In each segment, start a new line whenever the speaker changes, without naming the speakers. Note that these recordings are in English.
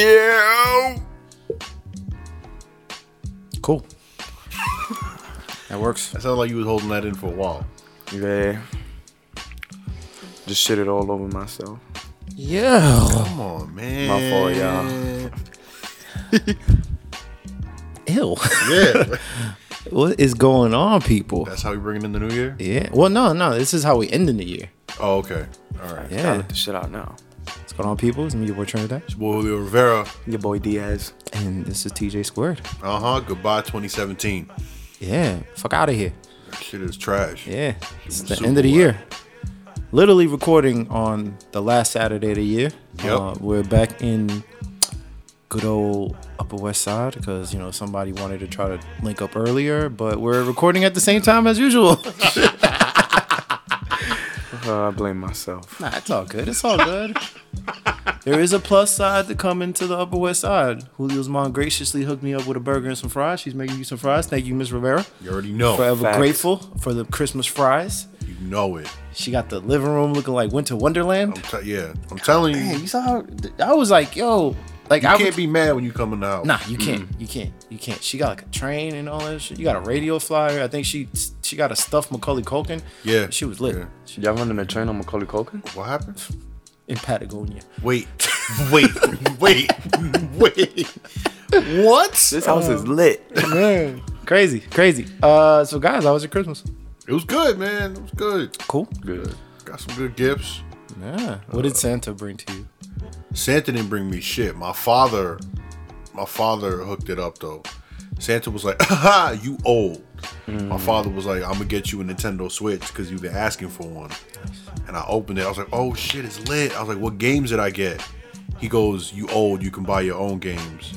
Yeah.
Cool. that works.
That sounded like you was holding that in for a while.
Yeah. Just shit it all over myself.
Yeah.
Come on, man.
My fault,
Ew.
Yeah.
what is going on, people?
That's how we bringing in the new year?
Yeah. Well, no, no. This is how we end in the year.
Oh, okay. All right.
Gotta
Yeah.
let this shit out now.
What's going on, people? It's me, your boy Trinidad,
It's boy Julio Rivera.
Your boy Diaz.
and this is TJ Squared.
Uh huh. Goodbye, 2017.
Yeah. Fuck out of here.
That shit is trash.
Yeah. It's the
Super
end of the
whack.
year. Literally recording on the last Saturday of the year. Uh,
Yep.
we're back in good old Upper West Side because, you know, somebody wanted to try to link up earlier, but we're recording at the same time as usual.
Uh, I blame myself.
Nah, it's all good. It's all good. there is a plus side to coming to the Upper West Side. Julio's mom graciously hooked me up with a burger and some fries. She's making you some fries. Thank you, Miss Rivera.
You already know.
Forever
Facts.
grateful for the Christmas fries.
You know it.
She got the living room looking like Winter
I'm
Wonderland.
te- yeah. I'm telling you.
Man,
You
you saw how I was like, yo, like I
can't Mm.
was,
be mad when you come in the house.
Nah, you can't. You can't. You can't. She got like a train and all that shit. You got a radio flyer. I think she she got a stuffed Macaulay Culkin.
Yeah.
She was lit
Yeah.
She-
Y'all running a train on Macaulay Culkin?
What happened?
in Patagonia.
Wait. Wait. Wait. Wait.
What?
This house is lit.
Man, crazy, crazy. Uh, so guys, how was your Christmas?
It was good, man. It was good.
Cool.
Good.
Got some good gifts.
Yeah. What did Santa bring to you?
Santa didn't bring me shit. My father, my father hooked it up though. Santa was like, "Ha, you old." My
Mm.
father was like, "I'm gonna get you a Nintendo Switch because you've been asking for one." And I opened it. I was like, "Oh shit, it's lit." I was like, "What games did I get?" He goes, "You old. You can buy your own games."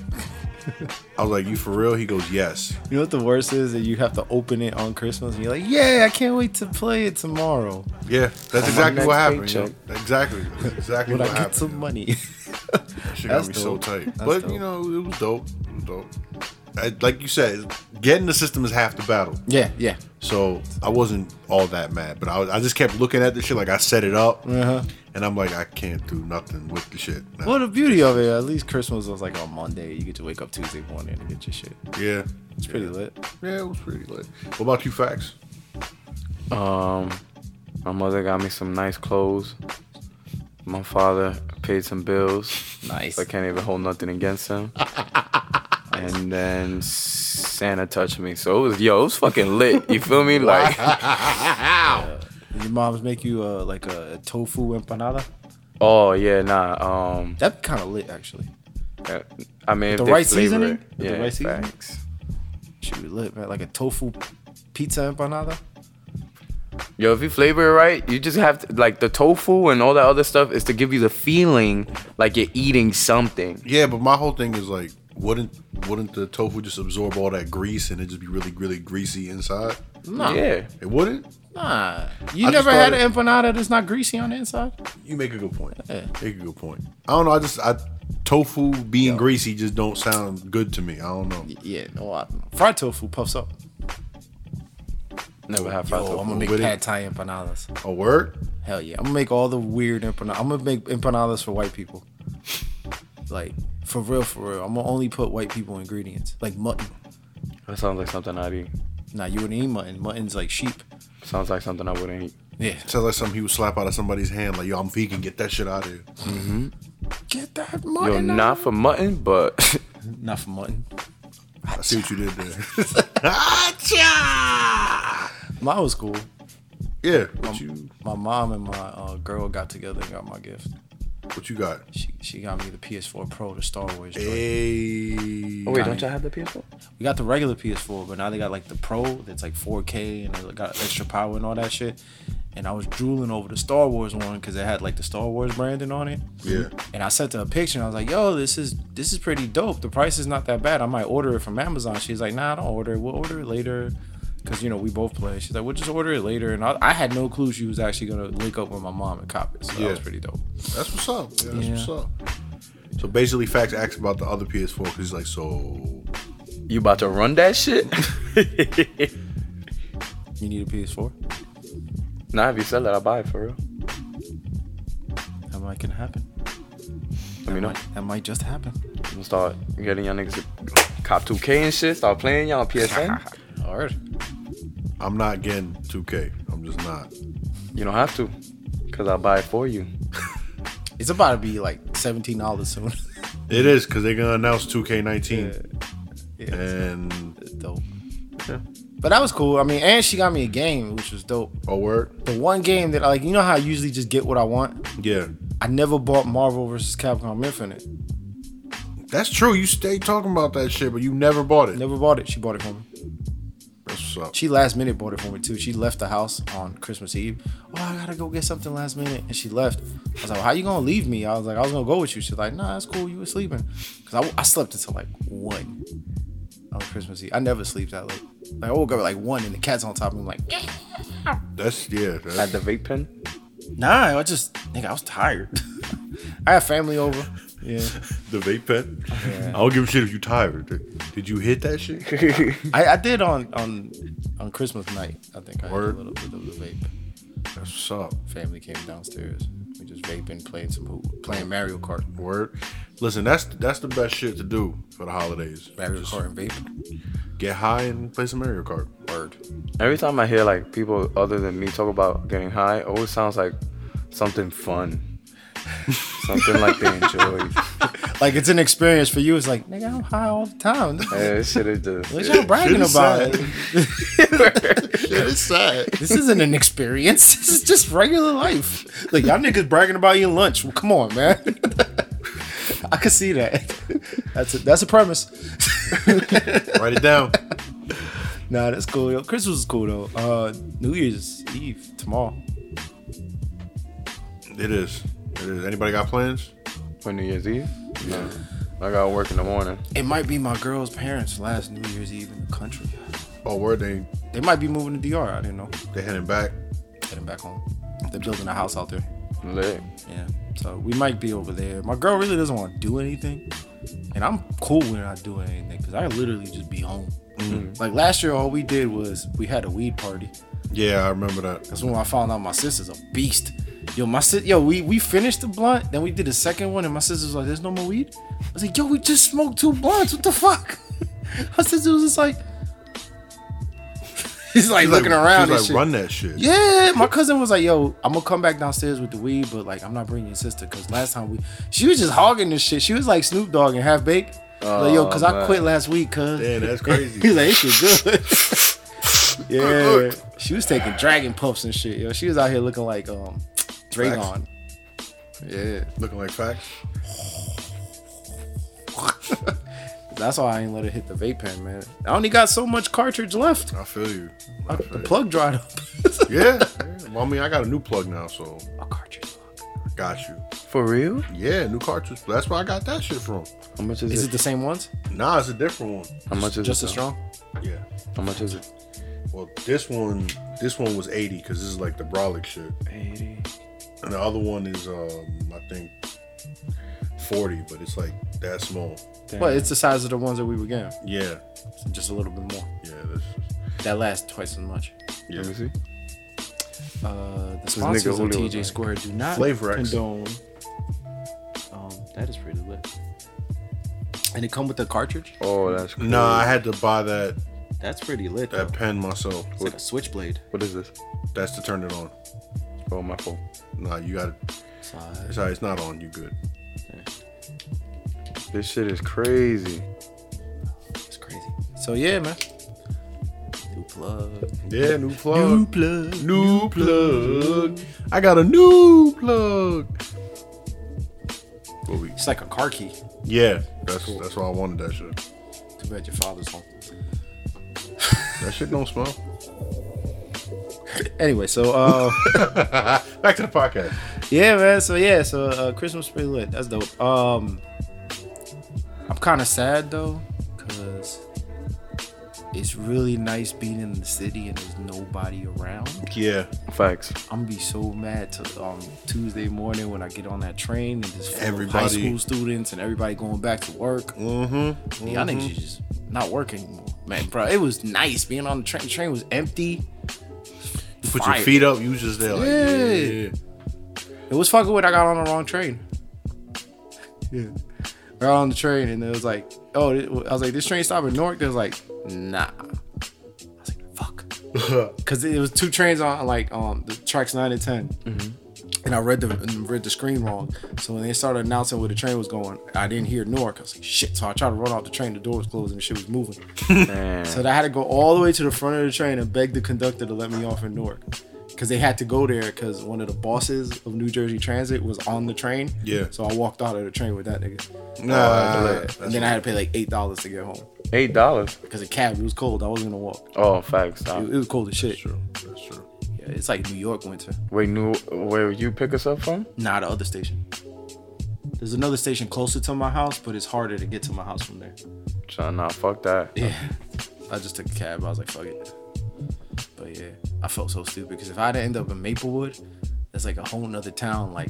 I was like, "You for real?" He goes, "Yes."
You know what the worst is that you have to open it on Christmas and you're like, yeah, I can't wait to play it tomorrow
Yeah, that's exactly
next
what happened. you know?
paycheck.
Exactly, that's exactly
when
what
I get
happened. you
some
know?
money.
Shit
That's
got me so
dope.
tight.
That's
but
dope.
you know, it was dope. It was dope. I, like you said, getting the system is half the battle.
yeah, yeah.
So I wasn't all that mad, but I, was- I just kept looking at the shit like I set it up,
Uh-huh.
and I'm like, I can't do nothing with the shit. Nah.
Well, the beauty of it, at least Christmas was like on Monday. You get to wake up Tuesday morning and get your shit.
Yeah,
It's pretty lit.
yeah, it was pretty lit. What about you, facts?
Um, my mother got me some nice clothes. My father paid some bills.
Nice.
So I can't even hold nothing against him. and then Santa touched me. So it was, yo, it was fucking lit. You feel me? Like,
Did your mom's make you uh, like a tofu empanada?
oh, yeah, nah. Um,
That'd be kind of lit, actually.
Uh, I mean, if
the
they
right
flavor
seasoning?
it.
With the
yeah,
right seasoning?
Facts.
Should be lit, man. Like a tofu pizza empanada?
Yo, if you flavor it right, you just have to, like the tofu and all that other stuff is to give you the feeling like you're eating something.
Yeah, but my whole thing is like, wouldn't wouldn't the tofu just absorb all that grease and it just be really really greasy inside?
No.
Yeah.
It wouldn't.
Nah, you
I just
never had
thought
an empanada that's not greasy on the inside.
You make a good point.
Yeah.
Make a good point. I don't know. I just I tofu being greasy just don't sound good to me. I don't know.
Yeah, no, I don't know. fried tofu puffs up.
Never have fried
Yo, Oh, I'm
tofu.
gonna make
With it.
pad thai empanadas.
A word?
Hell yeah, I'm gonna make all the weird empanadas. I'm gonna make empanadas for white people. Like for real, for real. I'm gonna only put white people ingredients like mutton.
That sounds like something I'd eat.
Nah, you wouldn't eat mutton. Mutton's like sheep.
Sounds like something I wouldn't eat.
Yeah,
Sounds like something he would slap out of somebody's hand. Like, yo, I'm vegan. Get that shit out of here.
get that
Yo,
mutton.
not for mutton, but
out. not for mutton.
I see what you did there.
Mine was cool.
yeah. Um, What you
My mom and my uh, girl got together and got my gift.
What you got?
She she got me the PS4 Pro, the Star Wars. joint. Oh,
Hey.
wait, don't y'all have the PS4?
We got the regular PS4, but now they got like the Pro that's like 4K and it got extra power and all that shit. And I was drooling over the Star Wars one because it had like the Star Wars branding on it.
Yeah.
And I sent her a picture and I was like, "Yo, this is this is pretty dope. The price is not that bad. I might order it from Amazon." She's like, "Nah, I don't order it. We'll order it later." Cause you know we both play. She's like, "We'll just order it later." And I, I had no clue she was actually gonna link up with my mom and cop it. So that
Yeah.
was pretty dope.
That's what's up. Yeah, that's
Yeah.
what's up. So basically, Fax asked about the other PS4 because he's like, so.
You about to run that shit?
You need a PS4?
nah, if you sell it, I'll buy it for real.
How might can happen?
Let me know.
That might just happen.
I'm gonna start getting y'all niggas to cop 2K and shit. Start playing y'all on PSN.
Alright.
I'm not getting 2K. I'm just not.
you don't have to, cause I'll buy it for you.
It's about to be like seventeen dollars soon.
It is because they're gonna announce 2K19,
yeah, it's-
and
it's dope. But that was cool. I mean, and she got me a game, which was dope.
oh word,
The one game that like you know how I usually just get what I want.
yeah,
I never bought Marvel vs. Capcom Infinite.
that's true. You stay talking about that shit, but you never bought it.
Never bought it. She bought it for me.
That's what's up.
She last minute bought it for me too. She left the house on Christmas Eve. Oh, I gotta go get something last minute, and she left. I was like, well, "How you gonna leave me?" I was like, "I was gonna go with you." She's like, "Nah, that's cool. You were sleeping." Cause I, I slept until like one on Christmas Eve. I never sleep that late. Like I woke up at like one, and the cat's on top of me. I'm like,
That's yeah.
At
That's,
the vape pen.
Nah, I just nigga, I was tired. I had family over. Yeah,
the vape pen. I don't give a shit if you tired. Did- Did you hit that shit?
I, I did on on on Christmas night. I think I had a
Word.
little bit of the vape.
That's what's up.
Family came downstairs. We just vaping, playing some hoop, playing Mario Kart,
Word. Listen, that's that's the best shit to do for the holidays.
Mario
Just
Kart and vape.
get high and play some Mario Kart.
Word.
Every time I hear like people other than me talk about getting high, it always sounds like something fun. something like they enjoy.
Like it's an experience for you. It's like nigga, I'm high all the time.
Yeah, this shit is just.
What y'all bragging
Shit is
about?
sad. It's sad.
This isn't an experience. This is just regular life. Like y'all niggas bragging about your lunch. Well, come on, man. I could see that. That's a, that's a premise.
Write it down.
Nah, that's cool. Yo. Christmas is cool though. Uh, New Year's Eve tomorrow.
It is. It is. Anybody got plans?
For New Year's Eve? No. I gotta work in the morning.
It might be my girl's parents' last New Year's Eve in the country.
Oh, word. They
They might be moving to DR. I didn't know.
they heading back.
Heading back home. They're building a house out there.
Lit.
Yeah. So we might be over there. My girl really doesn't want to do anything, and I'm cool with not doing anything because I literally just be home. Like last year, all we did was we had a weed party.
Yeah, I remember that.
That's when I found out my sister's a beast. Yo, my sis, yo, we we finished the blunt, then we did the second one, and my sister was like, "There's no more weed." I was like, "Yo, we just smoked two blunts. What the fuck?" my sister was just like, "He's like
She's
looking
like-
around
she's
and
like,
shit."
run that shit.
Yeah, my cousin was like, "Yo, I'm gonna come back downstairs with the weed, but like, I'm not bringing your sister because last time we, she was just hogging this shit. She was like Snoop Dogg and half baked. like, yo,
Oh,
because I
man.
quit last week, cause
Damn, that's
He's
crazy.
like, this shit good. yeah,
Good
she was taking dragon puffs and shit. Yo, she was out here looking like um, Dragon. Yeah,
Looking like facts.
that's why I ain't let her hit the vape pen, man. I only got so much cartridge left.
I feel you. I
I,
feel
the
you.
plug dried up.
Yeah. yeah. Well, I mean, I got a new plug now, so
A cartridge.
I got you.
For real?
Yeah, new cartridge. That's where I got that shit from.
How much is,
Is
it?
it the same ones?
Nah, it's a different one.
How much is
Just
it?
as
though?
strong.
Yeah.
How much is it?
Well, this one, this one was eighty because this is like the brolic shit,
80.
and the other one is, um, I think, forty, but it's like that small.
Damn.
Well, it's the size of the ones that we were getting,
Yeah,
so just a little bit more.
yeah, that's
That lasts twice as much.
Let me
yeah.
see.
Uh, the
nigga
sponsors of
Julio
TJ
like-
Square do not
Flavor X.
condone. Um, that is pretty lit. And it come with a cartridge.
Oh, that's cool.
Nah, I had to buy that
That's pretty lit. Though.
that pen myself.
It's like a switchblade.
What is this?
That's to turn it on.
Oh, my phone.
Nah, you got
Slide.
it's all right, it's not on. You good?
This shit is crazy.
It's crazy. So yeah, man. New plug.
Yeah, new plug.
plug.
New plug. I got a new plug. What we?
It's like a car key.
Yeah, that's that's why I wanted that shit.
Too bad your father's home.
That shit don't smell.
Anyway, so uh.
Back to the podcast.
Yeah, man. So yeah, so uh, Christmas pretty lit. That's dope. Um, I'm kind of sad though, cause it's really nice being in the city and there's nobody around.
Yeah,
Facts.
I'm gonna be so mad to um Tuesday morning when I get on that train and just high
Everybody-
school students and everybody going back to work.
Mm-hmm.
Y'all niggas is just not work anymore, man, bro. It was nice being on the train. The train was empty.
You put
Fire.
your feet up. You was just there. Like, yeah.
Yeah. It was fucking with I got on the wrong train. yeah. We're out on the train, and it was like, oh, th- I was like, this train stop in Newark. They was like, nah. I was like, fuck, because it was two trains on like um the tracks nine and 10 and I read the and read the screen wrong. So when they started announcing where the train was going, I didn't hear Newark. I was like, shit. So I tried to run off the train. The door was closed, and the shit was moving.
Damn.
So I had to go all the way to the front of the train and beg the conductor to let me off in Newark. Because they had to go there because one of the bosses of New Jersey Transit was on the train.
Yeah.
So I walked out of the train with that nigga.
Nah,
Yeah. and then I had to pay like eight dollars to get home.
Eight dollars.
Because the cab, it was cold. I wasn't gonna walk.
Oh, facts.
It,
Stop.
it was cold as shit.
that's true. That's true.
Yeah, it's like New York winter.
Wait, new where you pick us up from?
Nah, the other station. There's another station closer to my house, but it's harder to get to my house from there.
So, nah, fuck that.
Yeah. I just took a cab. I was like, fuck it. But yeah, I felt so stupid because if I'd end up in Maplewood, that's like a whole nother town. Like,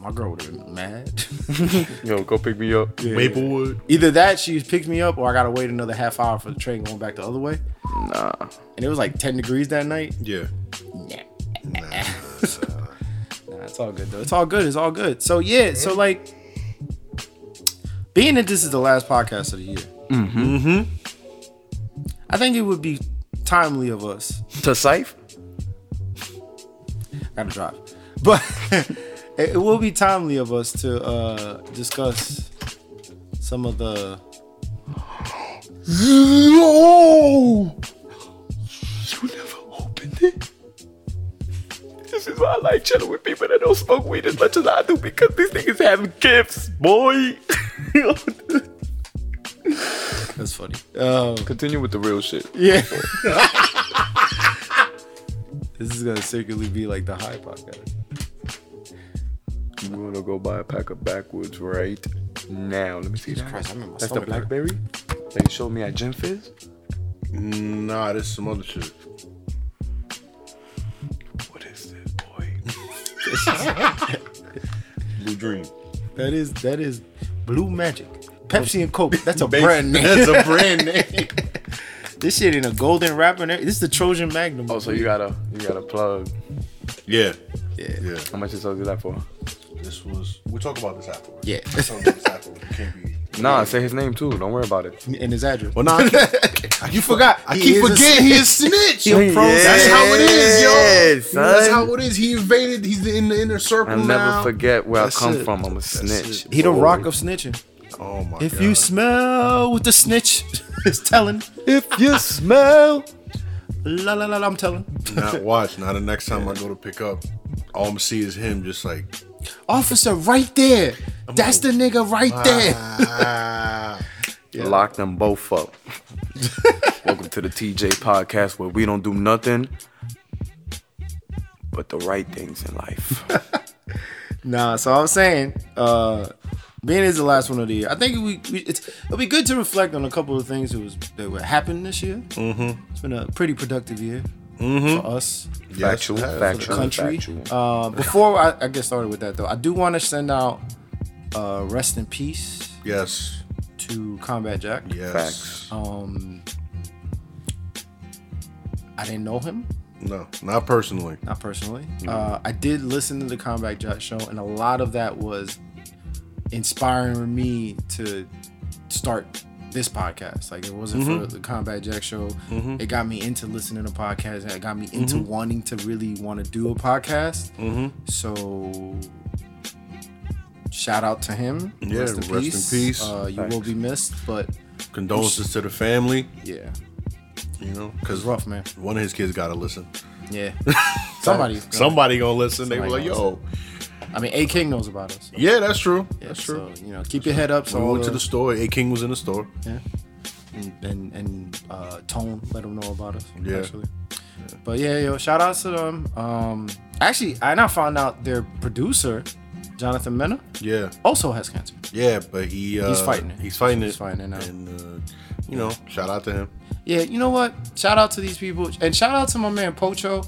my girl would have been mad.
Yo, go pick me up.
Maplewood.
Either that, she picked me up, or I gotta wait another half hour for the train going back the other way.
Nah.
And it was like 10 degrees that night.
Yeah.
Nah. nah, it's all good though. It's all good. It's all good. So yeah, so like being that this is the last podcast of the year, mm-hmm. I think it would be timely of us.
To Sife?
Gotta drive, but it, it will be timely of us to uh discuss some of the
No! You never opened it? This is why I like chilling with people that don't smoke weed as much as I do because these niggas having gifts, boy.
that's funny. Um,
Continue with the real shit.
yeah. This is gonna circularly be like the high podcast.
You wanna go buy a pack of backwoods right now? Let me see. that.
Christ, I'm in my
That's the
stomach hurt.
blackberry that you showed me at Gym Fizz.
Nah, this is some other shit.
What is this, boy?
Blue Dream.
That is that is blue magic. Pepsi and Coke. That's a
Bas-
brand name.
That's a brand name.
this shit in a golden wrapper. and every- This is the Trojan Magnum.
Oh, so you gotta you gotta plug.
yeah.
yeah. yeah.
Yeah.
How much is you that for?
This was. We'll talk about this afterwards.
Yeah.
We'll talk about this afterwards. It can't be.
Nah, say his name too. Don't worry about it.
And his address.
Well, nah, I keep- I
You forgot.
I
He
keep
is a
forgetting he is snitch.
He a pro
Yeah.
That's
snitch.
how it is, yo.
Yes,
That's
son.
how it is. He invaded. He's in the inner circle
I'll
now.
never forget where
That's
I come
it.
from. I'm a
That's
snitch.
it.
He the
boy.
rock of snitching.
Oh my
If
god.
you smell what the snitch is telling,
If you smell.
la la la, la I'm telling.
not watch, now the next time I go to pick up, all I'm see is him just like
Officer, right there. That's the nigga right there.
ah.
Lock them both up. Welcome to the TJ podcast where we don't do nothing but the right things in life.
Nah, so I'm saying, uh, being is the last one of the year. I think we, we it's, it'll be good to reflect on a couple of things that was that were happened this year. Mm-hmm. It's been a pretty productive year for us,
Yes,
factual,
it has.
factual,
country.
factual.
Uh, before I, I get started with that though, I do want to send out uh, rest in peace
Yes.
to Combat Jack.
Yes.
Facts.
Um, I didn't know him,
No, not personally.
not personally. Uh, I did listen to the Combat Jack show, and a lot of that was inspiring me to start this podcast. Like it wasn't
Mm-hmm.
for the Combat Jack show, it got me into listening to podcasts, and it got me into
Mm-hmm.
wanting to really want to do a podcast. So. Shout out to him.
Yeah, rest in peace.
Uh, you will be missed, but
Condolences to the family,
yeah,
you know,
it's
because
rough, man.
one of his kids got to listen.
Yeah, somebody.
Somebody going to listen. They were like,
Somebody gonna
yo,
I mean, A King knows about us.
yeah, that's true.
Yeah,
that's true.
So, you know, keep your head up. So
So we went
all
to the store. A King was in the store.
yeah. and and, and uh, Tone let them know about us.
Yeah.
Actually. But yeah, yo, shout outs to them. Um, actually, I now found out their producer, Jonathan Mena,
Yeah.
also has cancer.
Yeah, but he uh,
He's fighting it.
He's fighting it.
He's fighting it now.
And uh, you know, shout out to him.
Yeah, you know what? Shout out to these people, and shout out to my man Pocho.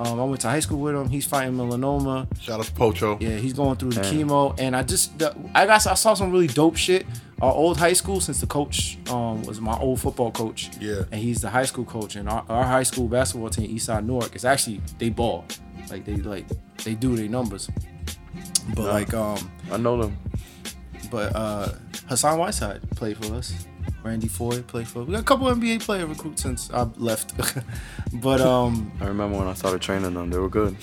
Um, I went to high school with him. He's fighting melanoma.
Shout out to Pocho.
Yeah, he's going through the chemo, and I just the, I got I saw some really dope shit. Our old high school, since the coach um, was my old football coach,
Yeah.
and he's the high school coach, and our, our high school basketball team, Eastside Newark, is actually they ball, like they like they do their numbers, but like um
I know them.
But uh, Hassan Whiteside played for us. Randy Foy played for us. We got a couple NBA player recruits since I left. but um,
I remember when I started training them, they were good.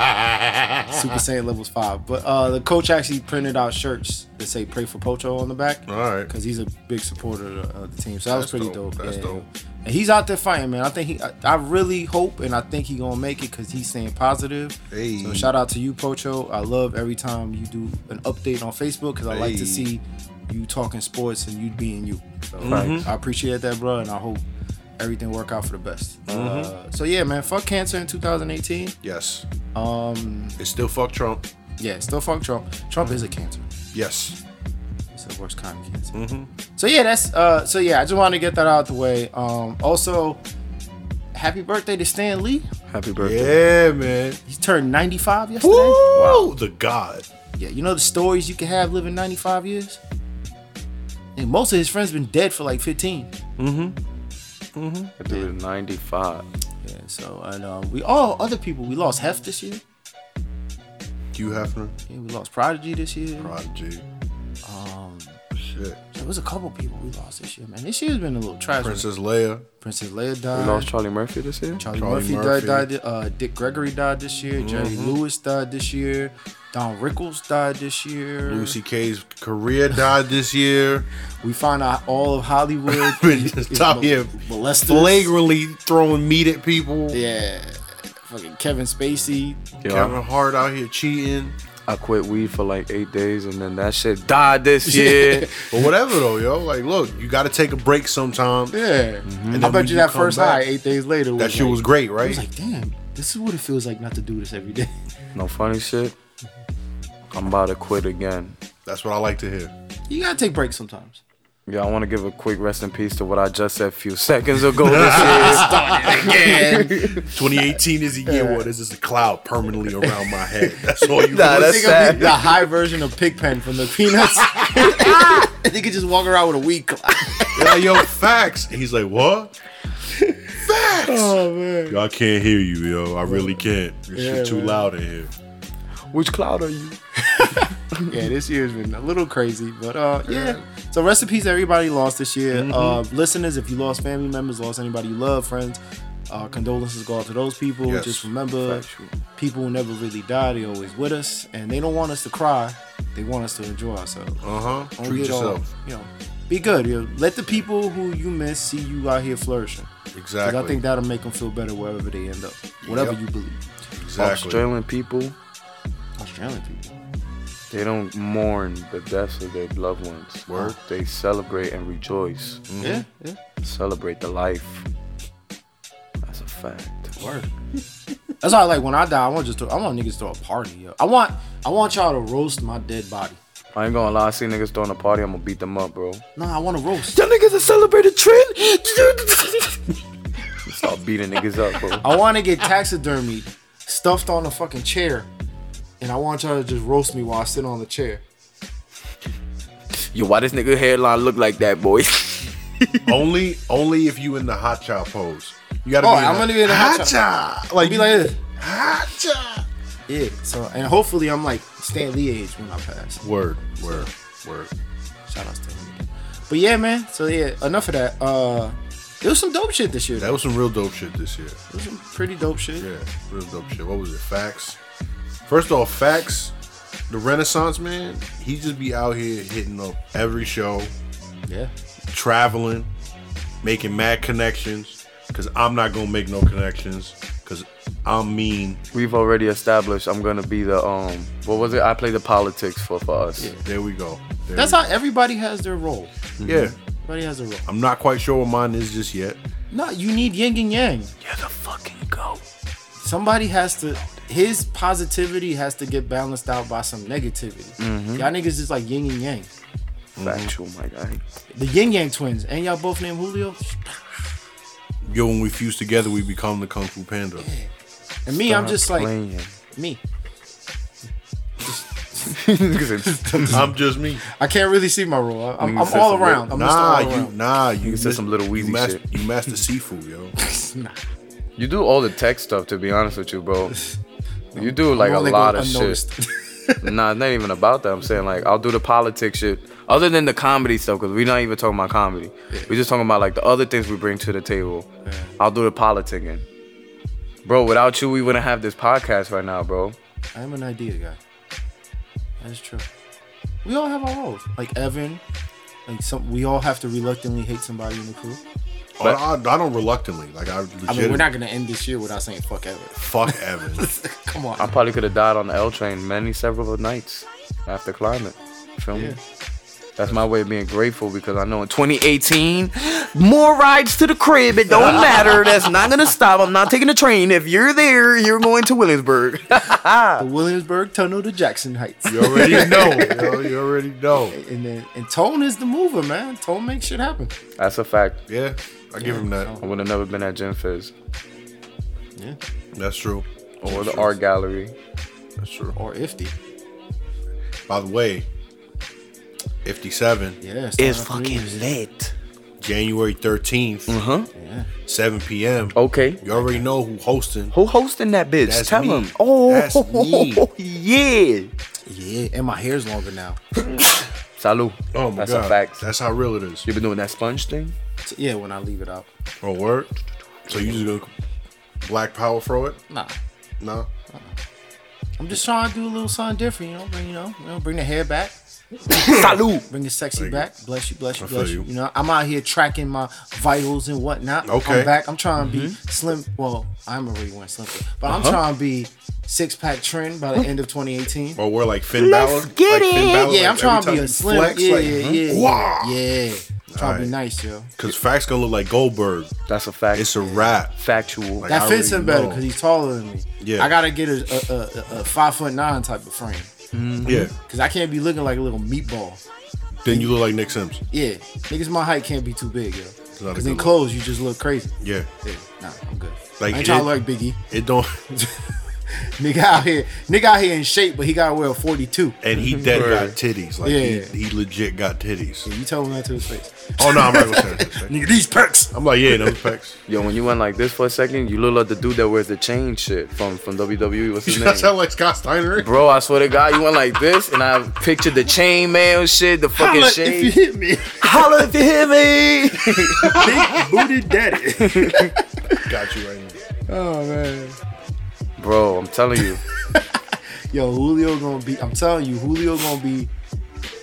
Super Saiyan levels five. But uh, the coach actually printed out shirts that say "Pray for Pocho" on the back.
All right.
because he's a big supporter of the, of the team. So that
That's
was pretty
dope.
dope.
That's
yeah.
dope.
And he's out there fighting, man. I think he. I, I really hope and I think he gonna make it because he's staying positive.
Hey.
So shout out to you, Pocho. I love every time you do an update on Facebook because I like
Hey.
to see you talking sports and you being you. So
Right.
I appreciate that, bro, and I hope everything work out for the best. Uh, so yeah, man. Fuck cancer in 2018.
Yes.
Um,
It's still fuck Trump.
yeah, still fuck Trump. Trump is a cancer.
Yes.
It's the worst kind of cancer. So yeah, that's uh so yeah, I just wanted to get that out the way. Um also happy birthday to Stan Lee.
Happy birthday.
Yeah, man.
He turned 95 yesterday.
Woo! The God.
Yeah, you know the stories you can have living 95 years? And most of his friends been dead for like 15.
That Dude, is 95.
Yeah, so and uh, we all other people, we lost Hef this year.
Hugh Hefner.
Yeah, we lost Prodigy this year.
Prodigy.
Um
Shit.
there was a couple people we lost this year, man. This year's been a little trash. Princess,
Princess Leia.
Princess Leia
We
died.
lost Charlie Murphy this year?
Charlie,
Charlie
Murphy,
Murphy. Mm-hmm.
died. died uh, Dick Gregory died this year. Jerry Lewis died this year. Don Rickles died this year.
Lucy K's career died this year.
We find out all of Hollywood
Been just
is
out
mol-
here
molesters.
Flagrantly throwing meat at people.
Yeah, fucking Kevin Spacey.
Yo,
Kevin
I,
Hart out here cheating.
I quit weed for like eight days and then that shit died this year.
But whatever though, yo. Like, look, you got to take a break sometime.
Yeah,
then
Mm-hmm. I
when
bet you
you
that
come
first
back,
high eight days later. Was
That shit
like,
was great,
I
right?
was like, damn, this is what it feels like not to do this every day.
no funny shit. I'm about to quit again.
That's what I like to hear.
you gotta take breaks sometimes.
Yeah, I want to give a quick rest in peace to what I just said a few seconds ago. This year.
2018 is a year where there's just a cloud permanently around my head. That's all you.
Nah,
really
that's
think
Think of
sad.
me, the high version of Pigpen from the Peanuts. you could just walk around with a weak.
of. Yeah, yo, facts. And he's like, what? Facts. Oh man. Yo, I can't hear you, yo. I really can't. This
Yeah,
shit too
man.
loud in here.
Which cloud are you?
yeah, this year's been a little crazy, but uh, yeah. So rest in peace, to everybody lost this year.
Mm-hmm.
Uh, listeners, if you lost family members, lost anybody you love, friends, uh, condolences go out to those people.
Yes.
Just remember, people who never really die, they always with us, and they don't want us to cry. They want us to enjoy ourselves.
Uh huh.
Uh-huh. Don't
Treat
get all-
yourself.
you know, be good. You know, let the people who you miss see you out here flourishing. 'Cause
Exactly.
I think that'll make them feel better wherever they end up, whatever
Yep.
you believe.
exactly.
Australian people,
Australian people.
they don't mourn the deaths of their loved ones.
Word.
They celebrate and rejoice.
Yeah, yeah.
Celebrate the life. That's a fact.
Word. That's why, like, when I die, I want just to, I want niggas to throw a party. Yo. I want I want y'all to roast my dead body.
I ain't gonna lie, I see niggas throwing a party, I'm gonna beat them up, bro.
No, I want to roast.
Y'all niggas are celebrating trend. Start beating niggas up, bro.
I want to get taxidermy stuffed on a fucking chair, and I want y'all to just roast me while I sit on the chair.
Yo, why this nigga hairline look like that, boy?
only, only if you in the hot child pose. You gotta
Oh,
be. in
I'm
the
gonna be in the hot
child. Like
Be like this.
hot child.
Yeah. So, and hopefully, I'm like Stan Lee age when I pass.
Word, word, word.
Shout out Stan Lee. But yeah, man. So yeah, enough of that. Uh, there was some dope shit this year.
That
There
was some real dope shit this year.
was some pretty dope shit.
Yeah, real dope shit. What was it? Facts. First off, facts. The Renaissance man, he just be out here hitting up every show,
Yeah.
traveling, making mad connections. Cause I'm not gonna make no connections. Cause I'm mean.
We've already established I'm gonna be the um what was it? I play the politics for for us.
There we go. There
That's
we-
how everybody has their role.
Yeah.
Everybody has their role.
I'm not quite sure what mine is just yet.
No, you need yin and yang.
You're the fucking goat.
somebody has to his positivity has to get balanced out by some negativity.
Mm-hmm.
Y'all niggas is like yin and yang.
Factual, my guy.
The yin yang twins. And y'all both named Julio?
Yo, when we fuse together, we become the Kung Fu Panda.
And me, I'm just like
playing.
me.
Niggas said-
I'm just me.
I can't really see my role. I- I'm,
Niggas
I'm
said
all
some
around. I'm
nah,
just all
you,
around.
nah, you.
said
mis-
some Little
you
Weezy
mas-
shit.
You master seafood, yo.
nah,
you do all the tech stuff to be honest with you, bro. You do like
I'm
a
only
lot
going
of shit.
unnoticed.
nah, it's not even about that. I'm saying like I'll do the politics shit. Other than the comedy stuff, because we're not even talking about comedy. We're just talking about like the other things we bring to the table. I'll do the politicking. Bro, without you, we wouldn't have this podcast right now, bro.
I am an idea guy. That is true. We all have our roles. Like Evan, like some we all have to reluctantly hate somebody in the crew.
But-
I, I don't reluctantly. Like I legit
I mean, we're not gonna end this year without saying fuck Evan.
fuck Evan.
Come on.
I probably could have died on the L train many several nights after climate. Feel me?
Yeah.
That's my way of being grateful because I know in 2018, more rides to the crib. It don't matter. That's not gonna stop. I'm not taking the train. If you're there, you're going to Williamsburg.
the Williamsburg Tunnel to Jackson Heights.
You already know. Yo, you already know.
And then and Tone is the mover, man. Tone makes shit happen.
That's a fact.
Yeah, I give him that.
I would have never been at Gym Fizz
Yeah.
That's true.
or the art gallery.
That's true.
Or Ifty.
By the way, 57,
Yeah.
It's
Star Freeze.
fucking lit.
January 13th,
Huh?
Yeah.
7 p.m.
Okay.
You already know who hosting.
Who hosting that bitch?
That's
Tell
me.
him. Oh,
That's me.
yeah.
Yeah. And my hair's longer now.
Salud.
Oh my
That's
god.
a fact.
That's how real it is.
you been doing that sponge thing?
So, yeah, when I leave it out.
Oh word. So you just gonna black power throw it?
Nah.
No.
I'm just trying to do a little something different, you know, bring you know, you know, bring the hair back.
Salud.
Bring the sexy
Thank you.
back. Bless you, bless you,
I feel
bless you.
you.
You know, I'm out here tracking my vitals and whatnot.
Okay.
I'm back. I'm trying to be slim. Well, I'm already wearing slim, fit, but I'm trying to be six pack trend by the end of 2018.
Or we're like Finn
Let's
Balor.
get
like Finn
it.
Balor,
Yeah, I'm trying to be a slim. yeah, yeah, yeah,
Wow.
yeah, yeah. I'm trying to
Alright.
be nice, yo.
Cause facts gonna look like Goldberg.
That's a fact.
It's a wrap.
factual.
Like- I
That fits
already
him better
know.
because he's taller than me.
Yeah.
I gotta get a, a, a, a five foot nine type of frame
Yeah.
because I can't be looking like a little meatball.
Then you look like Nick Sims.
Yeah, niggas my height can't be too big, yo.
not a
Because
good
in
look.
clothes you just look crazy.
Yeah.
Yeah, nah, I'm good.
Like,
I ain't trying
it-
to look like Biggie.
It don't
Nigga out here, nigga out here in shape, but he gotta wear a 42.
and he dead
Word.
got titties. Like
Yeah.
he, he legit got titties.
You tell him that to his face.
Oh no, I'm not gonna say that.
Nigga, these perks.
I'm like, yeah, those pecs.
Yo, when you went like this for a second, you look like the dude that wears the chain shit from from WWE. What's his
You sound
name?
like Scott Steiner.
Bro, I swear to God, you went like this, and I pictured the chain mail shit, the fucking
Holla
shade.
if you hit me,
Holla if you hear me.
big booty daddy.
Got you right now.
oh man,
Bro, I'm telling you,
yo, Julio gonna be. I'm telling you, Julio gonna be.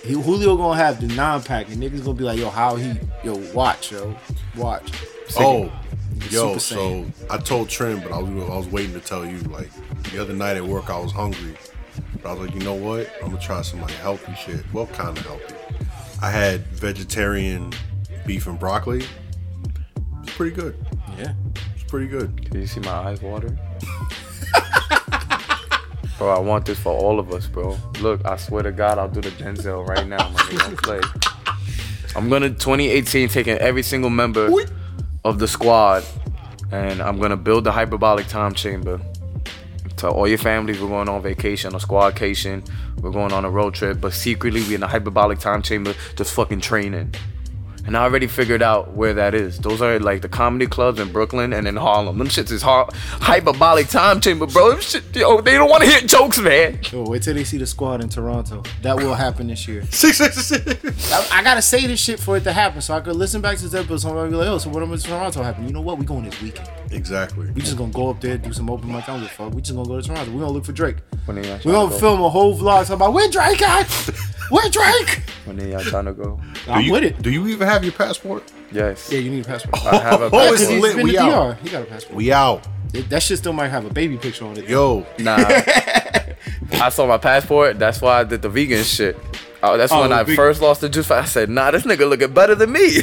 He, Julio gonna have the non pack, and niggas gonna be like, yo, how he, yo, watch, yo, watch.
Oh, yo,
Super
so I told Trim, but I was I was waiting to tell you. Like the other night at work, I was hungry, but I was like, you know what? I'm gonna try some like healthy shit. Well, kind of healthy. I had vegetarian beef and broccoli. It's pretty good.
Yeah,
It's pretty good.
do you see my eyes water? Bro, I want this for all of us, bro. Look, I swear to God, I'll do the Denzel right now. My nigga, don't play. I'm gonna 2018 taking every single member of the squad, and I'm gonna build the hyperbolic time chamber. To all your families, we're going on vacation, a squadcation. We're going on a road trip, but secretly we in the hyperbolic time chamber, just fucking training. And I already figured out where that is. Those are like the comedy clubs in Brooklyn and in Harlem. Them shits is har- hyperbolic time chamber, bro. Them shit, yo, they don't want to hear jokes, man.
yo, wait till they see the squad in Toronto. That will happen this year.
Six, six, six.
I, I gotta say this shit for it to happen, so I could listen back to this episode. Somebody be like, oh, so what if Toronto happened? You know what? We going this weekend.
Exactly.
We just gonna go up there, do some open mic. I don't give a fuck. We just gonna go to Toronto. We gonna look for Drake.
When are y'all
We
trying
gonna
to go?
film a whole vlog talking about where Drake at? Where Drake?
When are y'all trying to go?
Do
I'm
you,
with it.
do you even have your passport?
Yes.
Yeah, you need a passport.
I have a
Oh, it's
He's
lit.
been
We
to
out.
DR. He got a passport.
We out.
It- that shit still might have a baby picture on it.
Yo,
Nah. I saw my passport. That's why I did the vegan shit. Oh, that's
Oh,
when I
vegan.
first lost the juice. I said, nah, this nigga looking better than me.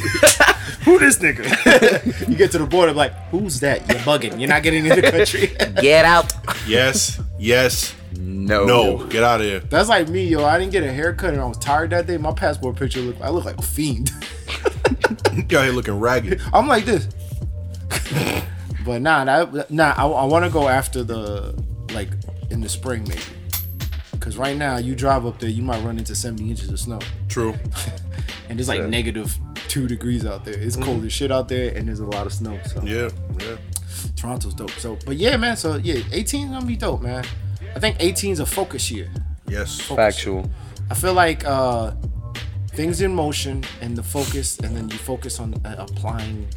Who this nigga? you get to the border, like, who's that? You're bugging. You're not getting in the country.
Get out.
yes, yes,
No.
no. Get out of here.
That's like me, yo. I didn't get a haircut and I was tired that day. My passport picture looked. I look like a fiend.
Y'all here looking ragged.
I'm like this. but nah, that, nah. I, I want to go after the like in the spring maybe. Cause right now you drive up there, you might run into 70 inches of snow,
True.
and it's like negative two degrees out there.
Mm-hmm.
It's cold as shit out there, and there's a lot of snow. So
Yeah, yeah.
Toronto's dope. So, but yeah, man. So yeah, 18 is gonna be dope, man. I think 18 is a focus year.
Yes.
Factual.
I feel like uh, things in motion and the focus, and then you focus on uh, applying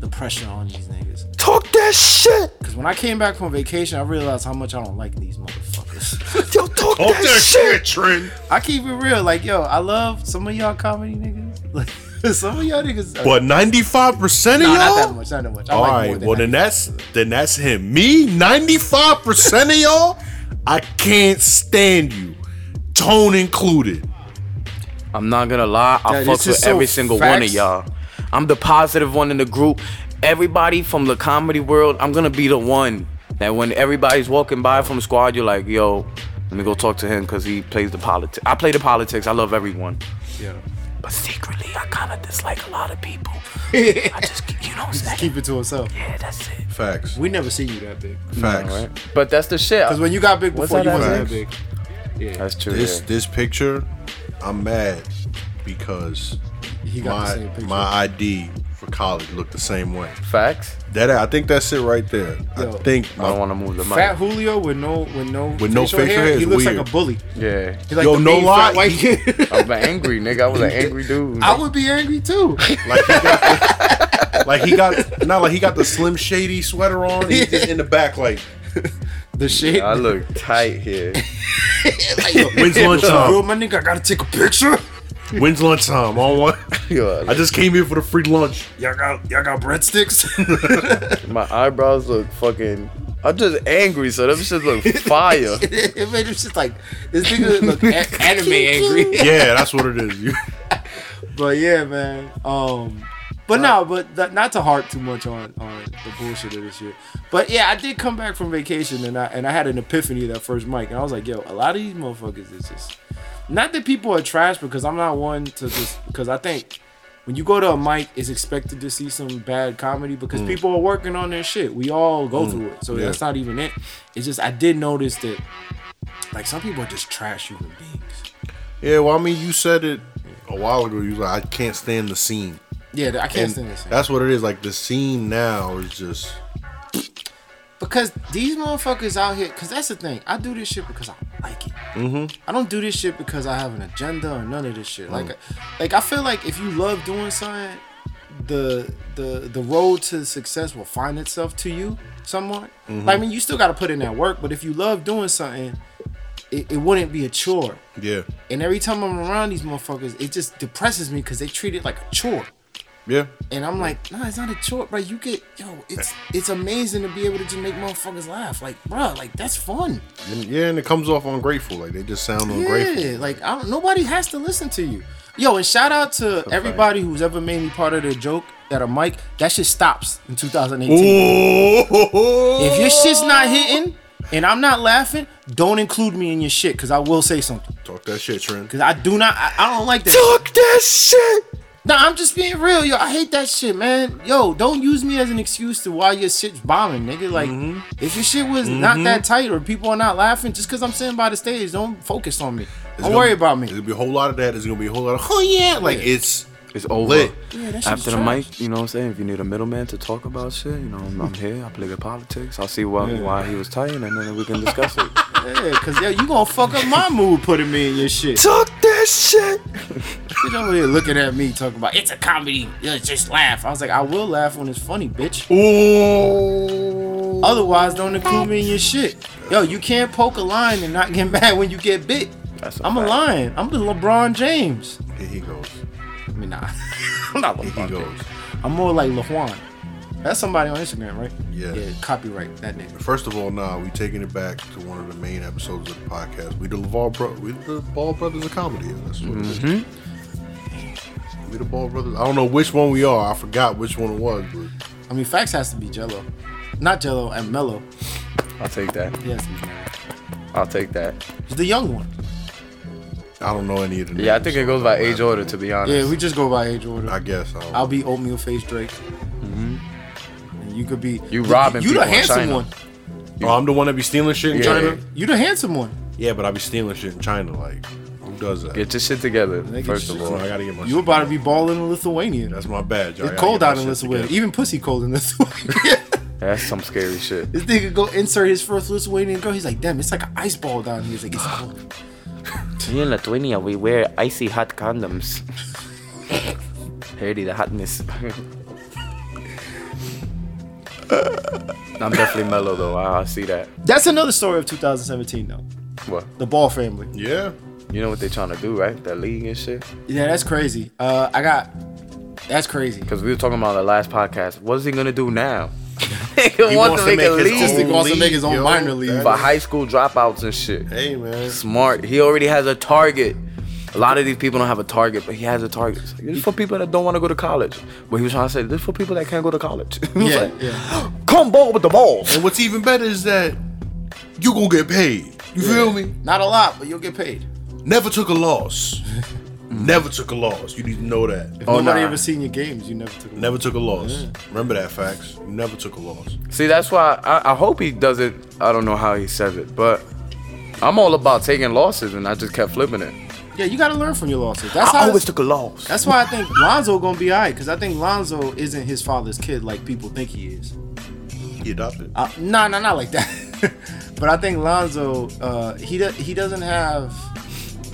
the pressure on these niggas.
Talk that shit.
Because when I came back from vacation, I realized how much I don't like these motherfuckers.
Yo, talk
Talk
that, shit.
Trent.
I keep it real, like yo, I love some of y'all comedy niggas. Like some of y'all niggas, are,
But 95% of
nah,
y'all?
not that much, not that much. I
All
like
right,
more than
well
that.
then that's then that's him. Me, ninety five percent of y'all, I can't stand you, tone included.
I'm not gonna lie. I
Yeah, this
fucks
is
with
so
every single one of
facts.
y'all. I'm the positive one in the group. Everybody from the comedy world, I'm gonna be the one that when everybody's walking by from squad, you're like, yo, let me go talk to him because he plays the politics. I play the politics. I love everyone.
Yeah.
But secretly, I kind of dislike a lot of people. I just, keep- you know, what I'm
Just
saying?
keep it to himself.
yeah, that's it.
Facts.
We never see you that big.
Facts.
But that's the shit.
Because when you got big
What's
before, you
that
wasn't
at?
that big. Yeah,
That's true.
This
yeah.
this picture, I'm mad because
he got the same
my
picture.
my ID for college looked the same way.
Facts.
That I think that's it right there. I
Yo.
think
I
my,
don't want to move the mic.
Fat Julio with no with no
With no facial hair
he
is
looks
weird.
like a bully.
yeah.
He's like
Yo,
the
no
big,
lie.
fat white kid.
I was an angry nigga. I was an angry dude.
I would be angry too.
like he got like he got not like he got the slim shady sweater on. He's just in the back like
The shit.
I look tight here.
when's
Bro,
lunchtime?
my nigga, I gotta take a picture.
When's lunchtime? On one.
Yo,
I just came here for the free lunch.
Y'all got y'all got breadsticks.
my eyebrows look fucking. I'm just angry, so them shit look fire.
it made him just like this nigga look a- anime angry.
Yeah, that's what it is. You-
But yeah, man. Um, but no, but th- not to harp too much on on the bullshit of this shit. But yeah, I did come back from vacation and I and I had an epiphany that first mic, and I was like, yo, a lot of these motherfuckers is just not that people are trash because I'm not one to just because I think. When you go to a mic, it's expected to see some bad comedy because people are working on their shit. We all go through it, so
Mm. yeah.
that's not even it. It's just I did notice that, like some people are just trash human beings.
yeah, well, I mean, you said it a while ago. You was like, I can't stand the scene.
Yeah, I can't
And
stand this.
that's what it is. Like the scene now is just
Because these motherfuckers out here, because that's the thing. I do this shit because I like it. I don't do this shit because I have an agenda or none of this shit. Like, like I feel like if you love doing something, the the the road to success will find itself to you somewhat. Like, I mean, you still got to put in that work, but if you love doing something, it, it wouldn't be a chore.
yeah,
And every time I'm around these motherfuckers, it just depresses me because they treat it like a chore.
yeah.
And I'm like, nah, it's not a chore, bro. You get, yo, it's it's amazing to be able to just make motherfuckers laugh, like, bro, like that's fun.
And, yeah, and it comes off ungrateful. Like they just sound ungrateful.
Yeah, like I don't, nobody has to listen to you. Yo, and shout out to everybody who's ever made me part of their joke at a mic. That shit stops in 2018.
Ooh.
If your shit's not hitting and I'm not laughing, don't include me in your shit, cause I will say something.
Talk that shit, Trent.
Cause I do not, I, I don't like that.
Talk that shit.
Nah, I'm just being real, yo. I hate that shit, man. Yo, don't use me as an excuse to why your shit's bombing, nigga. Like, if your shit was not that tight or people are not laughing, just because I'm sitting by the stage, don't focus on me. don't
gonna-
worry about me.
There's gonna be a whole lot of that. There's gonna be a whole lot of oh yeah, like it's
It's over.
Lit.
Yeah, that shit's
After the
trash.
mic, you know what I'm saying? If you need a middleman to talk about shit, you know, I'm, I'm here. I play the politics. I'll see why, why he was tight, and then we can discuss it.
Yeah, cause yo, you gonna fuck up my mood putting me in your shit.
Talk that shit.
Bitch over here looking at me talking about it's a comedy. Yeah, just laugh. I was like, I will laugh when it's funny, bitch.
ooh.
Otherwise, don't include me in your shit. Yo, you can't poke a line and not get mad when you get bit.
That's a
I'm a
fact.
lion. I'm the LeBron James.
Here he goes.
I mean, nah. I'm not
Here he
LeBron
goes.
James. I'm more like LaJuan. That's somebody on Instagram, right?
Yeah.
Yeah, copyright that nigga.
First of all, nah, we taking it back to one of the main episodes of the podcast. We the Ball bro, we the Ball Brothers of comedy. Yeah, That's what it is.
Mm-hmm.
We the Ball Brothers. I don't know which one we are. I forgot which one it was, but
I mean, facts has to be Jello. Not Jello and Mello.
I'll take that.
He has to be Mello.
I'll take that.
He's the young one.
I don't know any of the.
Yeah, I
names,
think
so
it goes
don't
by
matter.
age order, to be honest.
Yeah, we just go by age order.
I guess. I don't
I'll be oatmeal face Drake. And you could be
You robbing
You the
people in
handsome
China.
one.
oh, I'm the one that be stealing shit in
Yeah.
China.
You the handsome one.
Yeah, but I be stealing shit in China. Like, who does that?
Get your shit together,
Nigga,
first of
shit.
So
all.
I gotta get my.
You
shit
about to
together.
be balling in Lithuania.
That's my bad, y'all.
it's
I gotta
cold
get my
out in
shit
Lithuania.
together.
Even pussy cold in Lithuania.
That's some scary shit.
this nigga go insert his first Lithuanian girl. He's like, damn, it's like an ice ball down here. He's like, it's cold.
Here in Lithuania, we wear icy hot condoms. Heady the hotness. I'm definitely mellow though. I, I see that.
That's another story of 2017 though.
What?
The Ball family.
Yeah.
You know what they're trying to do, right? That league and shit.
Yeah, that's crazy. Uh, I got. That's crazy.
Because we were talking about the last podcast. What is he gonna do now? he,
wants to make his
This nigga wants to make his own
Yo,
minor league.
that-
for high school dropouts and shit.
Hey man.
Smart. He already has a target. A lot of these people don't have a target, but he has a target. It's like, this is for people that don't want to go to college. But he was trying to say, this is for people that can't go to college. He was
Yeah,
like,
yeah.
Come ball with the ball.
And what's even better is that you gonna get paid. You feel me?
Not a lot, but you'll get paid.
Never took a loss. Never took a loss. You need to know that.
If
Oh,
nobody
nah.
ever seen your games, you never took. a-
Never took a loss. Remember that facts. You never took a loss.
See, that's why I, I hope he does it. I don't know how he says it, but I'm all about taking losses, and I just kept flipping it.
Yeah, you got to learn from your losses. That's
I
how.
always took a loss.
that's why I think Lonzo gonna be alright. Cause I think Lonzo isn't his father's kid like people think he is.
He adopted.
Uh, nah, nah, not like that. but I think Lonzo, uh, he do, he doesn't have.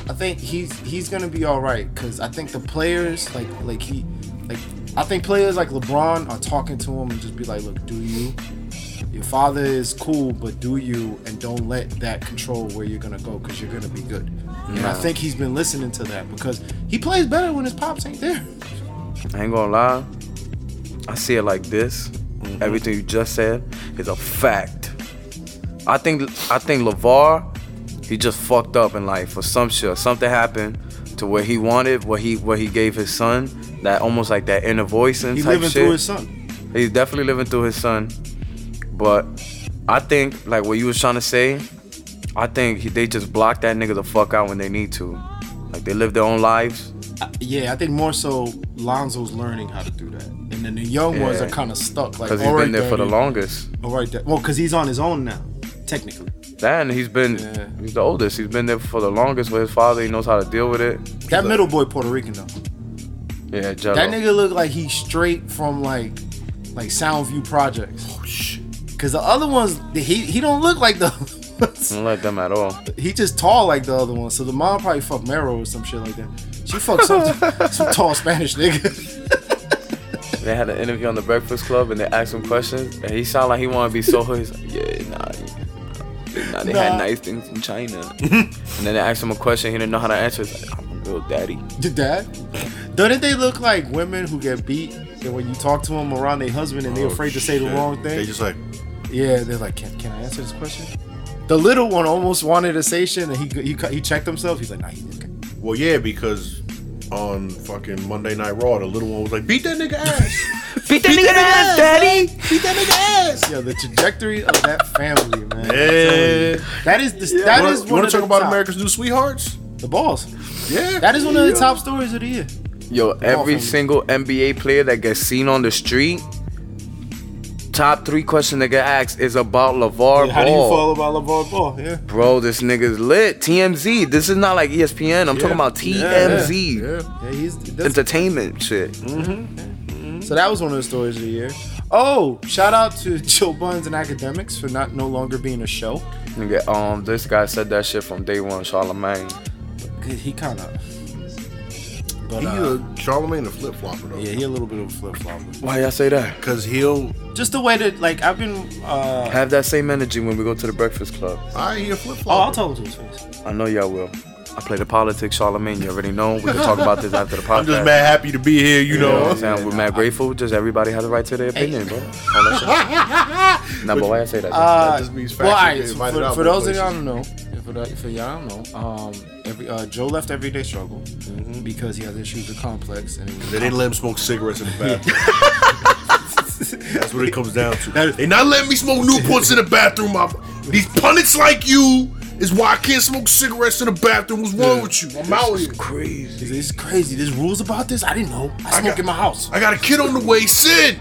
I think he's he's gonna be all right because I think the players like like he like I think players like LeBron are talking to him and just be like, look, do you? Your father is cool, but do you? And don't let that control where you're gonna go because you're gonna be good. And I
Yeah.
think he's been listening to that because he plays better when his pops ain't there.
I ain't gonna lie. I see it like this. Everything you just said is a fact. I think I think LeVar, he just fucked up in life or some shit. Something happened to where he wanted, what he what he gave his son. That almost like that inner voice and
He's
type
living
shit.
through his son.
He's definitely living through his son. But I think like what you was trying to say, I think he, they just block that nigga the fuck out when they need to. Like they live their own lives.
Yeah, I think more so Lonzo's learning how to do that, and then the young ones
Yeah.
are kind of stuck. Like,
Cause he's
all right,
been there for the
daddy.
longest.
All right, da- well, because he's on his own now, technically.
Then he's been
Yeah.
he's the oldest. He's been there for the longest with his father. He knows how to deal with it.
That middle boy Puerto Rican though.
Yeah, Jello.
That nigga look like he's straight from like, like Soundview Projects.
Oh shit.
Cause the other ones, he he don't look like the.
don't like them at all.
he just tall like the other one. So the mom probably fucked Mero or some shit like that. She fucked some some tall Spanish nigga.
They had an interview on the Breakfast Club and they asked him questions and he sounded like he wanted to be so hood. He's like, yeah, nah, nah. They
Nah.
had nice things from China. and then they asked him a question he didn't know how to answer. He's like, I'm a real daddy.
Did that? Don't they look like women who get beat? And when you talk to them around their husband and they're
Oh,
afraid to say the
shit.
wrong thing,
They just like
Yeah, they're like, can, can I answer this question? The little one almost wanted a station, and he he, he checked himself. He's like, nah, he okay.
Well, yeah, because on fucking Monday Night Raw, the little one was like, "Beat that nigga ass,
Beat that nigga ass, daddy.
beat that nigga ass."
Yeah, the trajectory of that family, man. I'm telling
Yeah.
you. that is the, that
wanna,
is
you
one
want
of
to talk
the
about
top-
America's New Sweethearts?
The balls.
Yeah,
That is one of the top stories of the year.
Yo, every
family.
single NBA player that gets seen on the street, top three question they get asked is about LeVar Ball.
How do you feel about LeVar Ball? Yeah,
Bro, this nigga's lit. TMZ. This is not like E ESPN. I'm talking about TMZ.
yeah, he's that's,
Entertainment shit.
so that was one of the stories of the year. Oh, shout out to Joe Buns and Academics for not no longer being a show.
Nigga, um, this guy said that shit from day one, Charlemagne.
'Cause He kind of. But,
He
uh,
a Charlemagne the flip flopper though,
yeah, he a little bit of a flip flopper.
Why y'all say that?
because he'll
just the way that like I've been. Uh,
Have that same energy when we go to the Breakfast Club.
I he a flip
oh, I'll
flopper.
tell him to his face.
I know y'all will. I play the politics, Charlemagne. You already know. We can talk about this after the podcast.
I'm just mad happy to be here, you
You know what I'm
know.
saying? We're mad grateful. Just everybody has a right to their opinion, bro. All that shit. nah, but why I say that?
Uh,
just means
well,
facts
all
you
right.
get
so
invited
for,
out
for
both
those of y'all who don't know, and for, the, for y'all don't know, um, every uh, Joe left Everyday Struggle because he has issues with complex, and it was,
They didn't let him smoke cigarettes in the bathroom. That's what it comes down to.
That-
They not letting me smoke Newports in the bathroom. My, these pundits like you is why I can't smoke cigarettes in the bathroom. What's wrong with you? I'm out here.
crazy.
this is crazy. There's rules about this. I didn't know. I smoke
got-
in my house,
I got a kid on the way. Sid.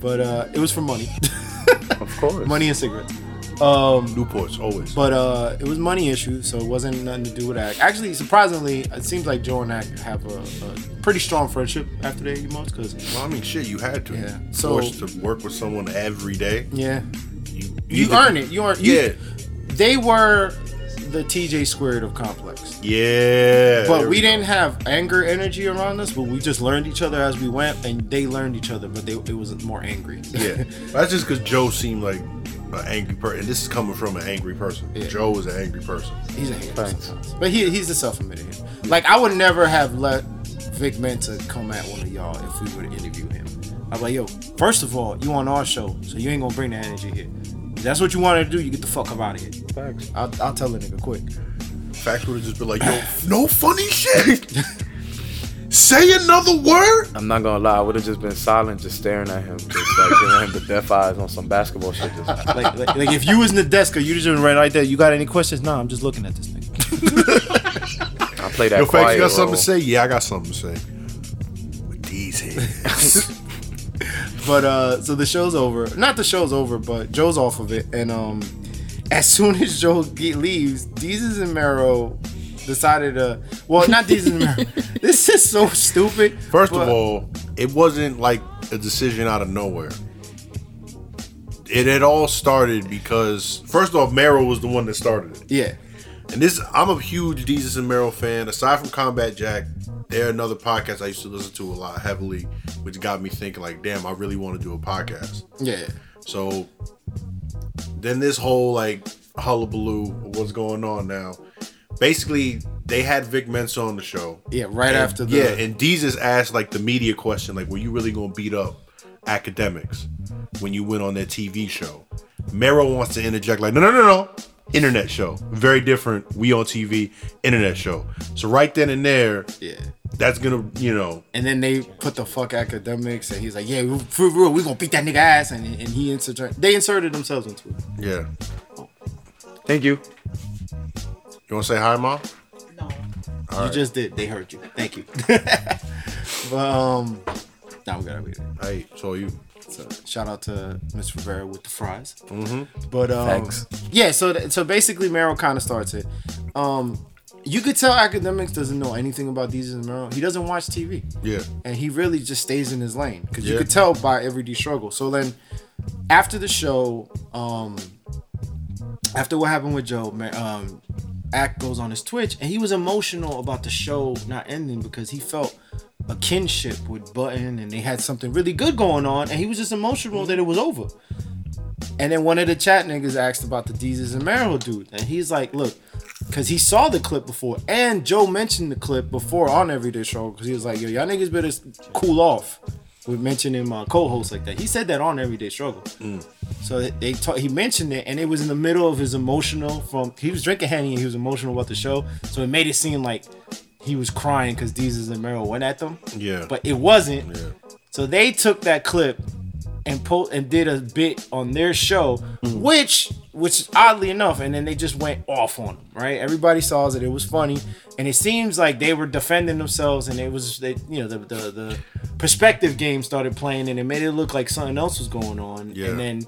but uh, it was for money,
Of course.
money and cigarettes. Um,
Newports always.
But uh, it was money issues, so it wasn't nothing to do with Act. Actually, surprisingly, it seems like Joe and Act have a, a pretty strong friendship after they most because
Well, I mean, shit, you had to.
Yeah.
Forced
So-
to work with someone every day.
yeah,
You,
you
either-
earn it. You earn. You,
Yeah.
They were the TJ squared of complex.
Yeah.
But
there
we
go.
didn't have anger energy around us, but we just learned each other as we went, and they learned each other, but they, it was more angry.
Yeah. That's just because Joe seemed like an angry person. This is coming from an angry person.
Yeah.
Joe is an angry person.
he's a hater
Thanks.
sometimes. But he, he's a self admitted hater. Like, I would never have let Vic Mensa come at one of y'all if we were to interview him. I'm like, yo, first of all, you on our show, so you ain't gonna bring that energy here. If that's what you wanted to do, you get the fuck up out of here.
Facts.
I'll, I'll tell the nigga quick.
Facts would have just been like, yo, no funny shit. Say another word.
I'm not gonna lie, I would have just been silent, just staring at him, just like giving him the death eyes on some basketball shit. Just,
Like, like, like if you was in the desk or you just right like that, you got any questions? Nah, I'm just looking at this nigga.
I play that
Yo, Facts,
quiet
you got something
role.
to say? Yeah, I got something to say. With these heads.
But uh, so the show's over. Not the show's over, but Joe's off of it. And um, as soon as Joe ge- leaves, Deezus and Mero decided to. Well, not Deezus and Mero. this is so stupid.
First of
but-
all, it wasn't like a decision out of nowhere. It had all started because, first off, Meryl was the one that started it.
yeah,
And this, I'm a huge Jesus and Meryl fan. Aside from Combat Jack, they're another podcast I used to listen to a lot heavily, which got me thinking, like, damn, I really want to do a podcast.
yeah,
So then this whole like hullabaloo, what's going on now? Basically, they had Vic Mensa on the show.
yeah. Right
And-
after the
yeah, and Jesus asked like the media question, like, were you really gonna beat up academics when you went on their TV show? Mero wants to interject, like, no, no, no, no, internet show, very different. We on TV, internet show. So right then and there,
yeah.
that's gonna, you know,
And then they put the fuck academics, and he's like, "Yeah, we- for real, we gonna beat that nigga ass." And, and he inserted, they inserted themselves into it.
yeah.
Thank you.
You wanna say hi, mom?
No.
you just did. They heard you. Thank you. but um, now we gotta read it.
Hey, so you.
So shout out to Miss Rivera with the fries. Mm-hmm. But um,
Thanks.
yeah, so th- so basically, Meryl kind of starts it. Um, you could tell academics doesn't know anything about these and Meryl. He doesn't watch TV,
Yeah.
and he really just stays in his lane because you
Yeah.
could tell by everyday struggle. So then, after the show, um, after what happened with Joe, Ma- um, Act goes on his Twitch, and he was emotional about the show not ending because he felt a kinship with Button, and they had something really good going on, and he was just emotional that it was over. And then one of the chat niggas asked about the Deezus and Merrill dude, and he's like, "Look, because he saw the clip before, and Joe mentioned the clip before on Everyday Show, because he was like, yo, y'all niggas better s- cool off." with mentioning my co-host like that. He said that on Everyday Struggle.
Mm.
So they- they ta- he mentioned it, and it was in the middle of his emotional. From he was drinking Henny, and he was emotional about the show. So it made it seem like he was crying because Deezus and Meryl went at them.
Yeah.
but it wasn't.
Yeah.
So they took that clip and po- and did a bit on their show, which which oddly enough, and then they just went off on them, right? Everybody saw that it was funny, and it seems like they were defending themselves, and it was they, you know the, the the perspective game started playing, and it made it look like something else was going on,
Yeah.
and then.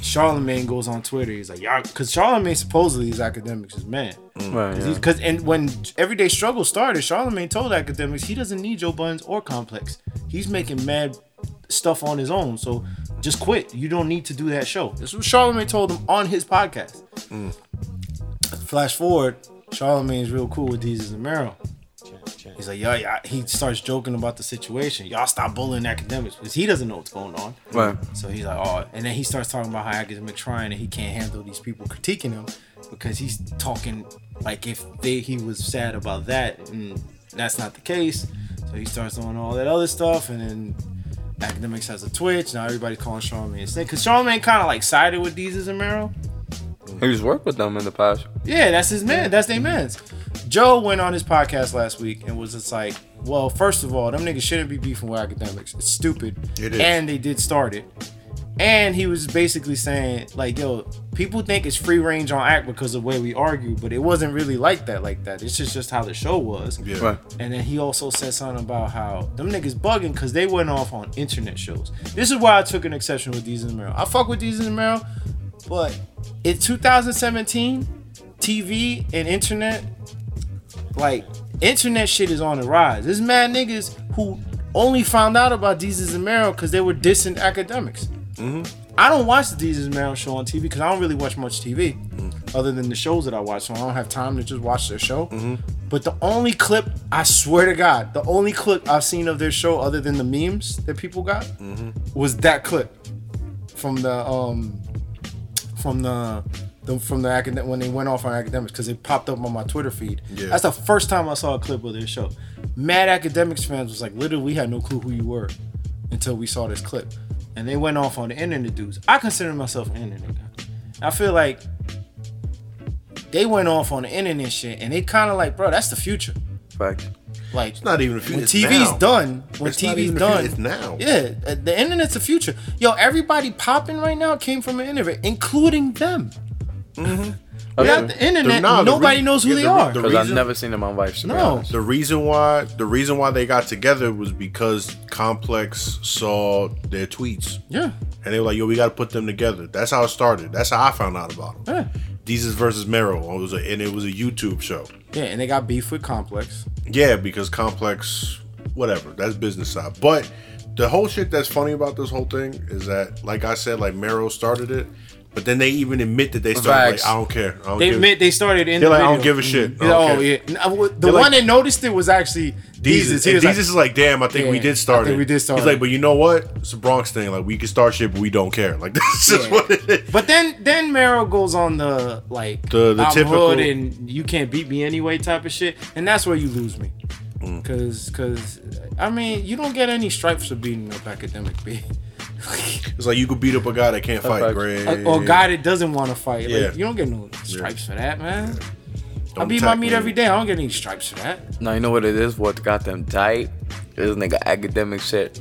Charlemagne goes on Twitter. He's like, "Y'all," because Charlemagne supposedly is academics' his man.
Right, yeah.
Because and when everyday struggle started, Charlemagne told academics he doesn't need Joe Buns or Complex. He's making mad stuff on his own, so just quit. You don't need to do that show. This is what Charlemagne told him on his podcast.
Mm.
Flash forward, Charlemagne's real cool with Deezus and Meryl. He's like, yo, yeah. He starts joking about the situation. Y'all stop bullying academics because he doesn't know what's going on.
Right.
So he's like, oh, and then he starts talking about how academic trying and he can't handle these people critiquing him because he's talking like if they he was sad about that and that's not the case. So he starts doing all that other stuff and then academics has a twitch. Now everybody's calling Charlamagne a snake because Charlamagne kind of like sided with Deezus and Meryl.
He was worked with them in the past.
Yeah, that's his man. That's their man's. Joe went on his podcast last week and was just like, well, first of all, them niggas shouldn't be beefing with academics. It's stupid.
It is.
And they did start it. And he was basically saying, like, yo, people think it's free range on act because of the way we argue, but it wasn't really like that, like that. It's just, just how the show was.
Yeah.
Right.
And then he also said something about how them niggas bugging because they went off on internet shows. This is why I took an exception with Deez and Meryl. I fuck with Deez and Meryl, but in 2017, TV and internet, like internet shit is on the rise. There's mad niggas who only found out about Deez and Meryl because they were dissing academics. I don't watch the Deez and Meryl show on TV because I don't really watch much TV. other than the shows that I watch, so I don't have time to just watch their show. But the only clip, I swear to God, the only clip I've seen of their show, other than the memes that people got, was that clip from the um from the, the from the academic when they went off on academics because it popped up on my Twitter feed.
Yeah.
That's the first time I saw a clip of their show. Mad academics fans was like, literally, we had no clue who you were until we saw this clip, and they went off on the internet dudes. I consider myself an internet guy. I feel like they went off on the internet shit, and they kind of like, bro, that's the future.
Fact.
Like,
It's not even a few.
when
it's
TV's
now.
done, when
It's not
TV's
even the
done,
future, it's now.
Yeah, uh, the internet's the future. Yo, everybody popping right now came from the internet, including them.
Oh,
Without the
The-
internet,
nah, the
nobody
re-
knows who
yeah,
they
the re-
are.
the
Because I've
reason-
never seen them on Vice. to be
No.
honest.
The reason why the reason why they got together was because Complex saw their tweets
yeah,
and they were like, "Yo, we got to put them together." That's how it started. That's how I found out about them.
yeah,
Jesus versus Meryl. It was a, and it was a YouTube show.
yeah. And they got beef with Complex.
Yeah, because complex, whatever. That's business side. But the whole shit that's funny about this whole thing is that, like I said, like Meryl started it, but then they even admit that they started.
Facts.
Like I don't care. I don't
They
give-
admit they started in.
They're
the
like, I
video.
don't give a shit. I
Yeah,
don't
oh
care.
yeah, N- I w- the
They're
one
like-
that noticed it was actually
Jesus,
Jesus.
and Jesus is like, damn. I think we
Yeah, I
did start
think
it.
we did start
He's like,
it.
but you know what? It's a Bronx thing. Like we can start shit, but we don't care. Like this is
Yeah.
what it is.
But then then Meryl goes on the like
The- the
I'm
typical-
hood and you can't beat me anyway type of shit, and that's where you lose me.
Mm.
Cause, cause, I mean, you don't get any stripes for beating up academic B,
It's like you could beat up a guy that can't fight.
Facts.
Great.
Uh, or a guy that doesn't want to fight. Like,
Yeah.
you don't get no stripes for that, man. I
Don't
beat my
attack
meat
me.
every day. I don't get any stripes for that.
Now you know what it is. What got them tight? This nigga academic shit.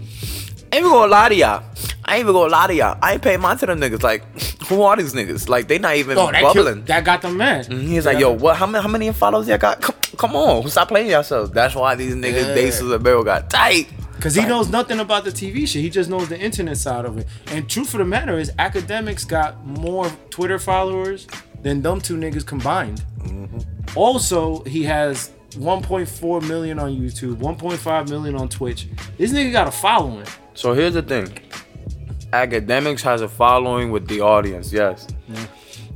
I ain't even gonna lie to y'all. I ain't even gonna lie to y'all. I ain't paying mind to them niggas. Like, who are these niggas? Like, they not even
Oh, that killed-
bubbling.
that got them mad.
Mm-hmm.
He's like, yo, what? How many? How many followers y'all got? Come, come on, stop playing yourselves. That's why these niggas,
Yeah.
yeah. Daces and Barrel got tight.
Cause he knows nothing about the TV shit. He just knows the internet side of it. And truth of the matter is, academics got more Twitter followers than them two niggas combined.
Mm-hmm.
Also, he has 1.4 million on YouTube, 1.5 million on Twitch. This nigga got a following.
So here's the thing. Academics has a following with the audience. Yes.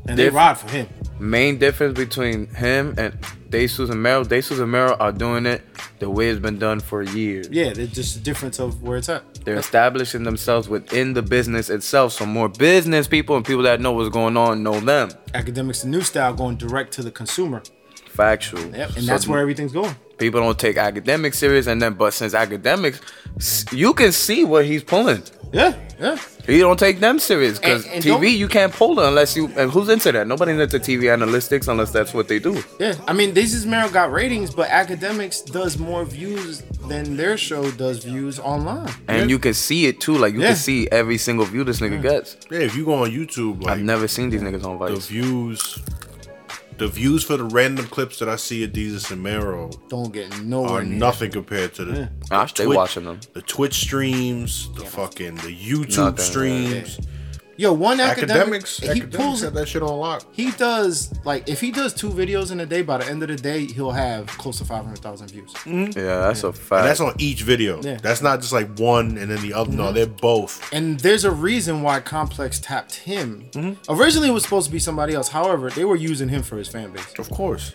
And they
Diff-
ride for him.
main difference between him and Desus and Merrill, Desus and Merrill are doing it the way it's been done for years.
Yeah, there's just a difference of where it's at.
They're establishing themselves within the business itself. So more business people and people that know what's going on know them.
Academics, the new style going direct to the consumer.
Factual.
Yep. And
So
that's where everything's going.
people don't take academics serious. And then, but since academics, s- you can see what he's pulling.
Yeah, yeah.
He don't take them serious because
And- and
TV
don't-
you can't pull it unless you. And who's into that? Nobody's into TV analytics unless that's what they do.
Yeah, I mean, this is Meryl got ratings, but academics does more views than their show does views online.
And you can see it too. Like you
Yeah.
can see every single view this nigga gets.
Yeah, if you go on YouTube, like
I've never seen these niggas on
the
Vice.
views, the views for the random clips that I see of Jesus and Meryl
don't get
are
nowhere near.
nothing compared to the.
I stay
Twitch-
watching them.
The Twitch streams, the fucking the YouTube
Nothing, yeah.
streams,
Yo, one academic,
academics.
he
academics
pulls
had that shit on lock.
He does like if he does two videos in a day. By the end of the day, he'll have close to five hundred thousand views.
Yeah, that's a
And
fact.
that's on each video.
Yeah. Mhm.
That's not just like one and then the other. No, they're both.
And there's a reason why Complex tapped him.
Mm-hmm.
Originally, it was supposed to be somebody else. However, they were using him for his fan base.
Of course.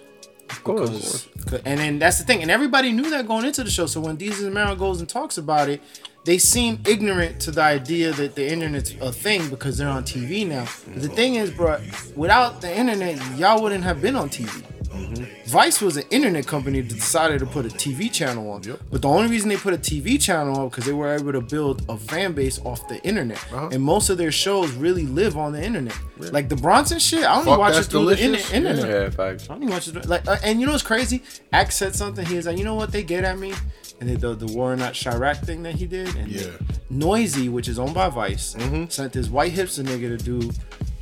of course.
Because- And then that's the thing. And everybody knew that going into the show. So when Deezus and Meryl goes and talks about it, they seem ignorant to the idea that the internet's a thing because they're on TV now. But the thing is, bro, without the internet, y'all wouldn't have been on TV.
Mm-hmm.
Vice was an internet company that decided to put a TV channel on. But the only reason they put a TV channel on because they were able to build a fan base off the internet.
Uh-huh.
And most of their shows really live on the internet. Like the Bronson shit, I only
Fuck,
watch it
that's
through the in-
delicious.
internet.
Yeah, facts.
I don't even want you to like. Uh, and you know what's crazy? Axe said something. He was like, you know what? They get at me, and they, the the war not Chirac thing that he did. And
Yeah.
Noisy, which is owned by Vice, sent this white hipster nigga to do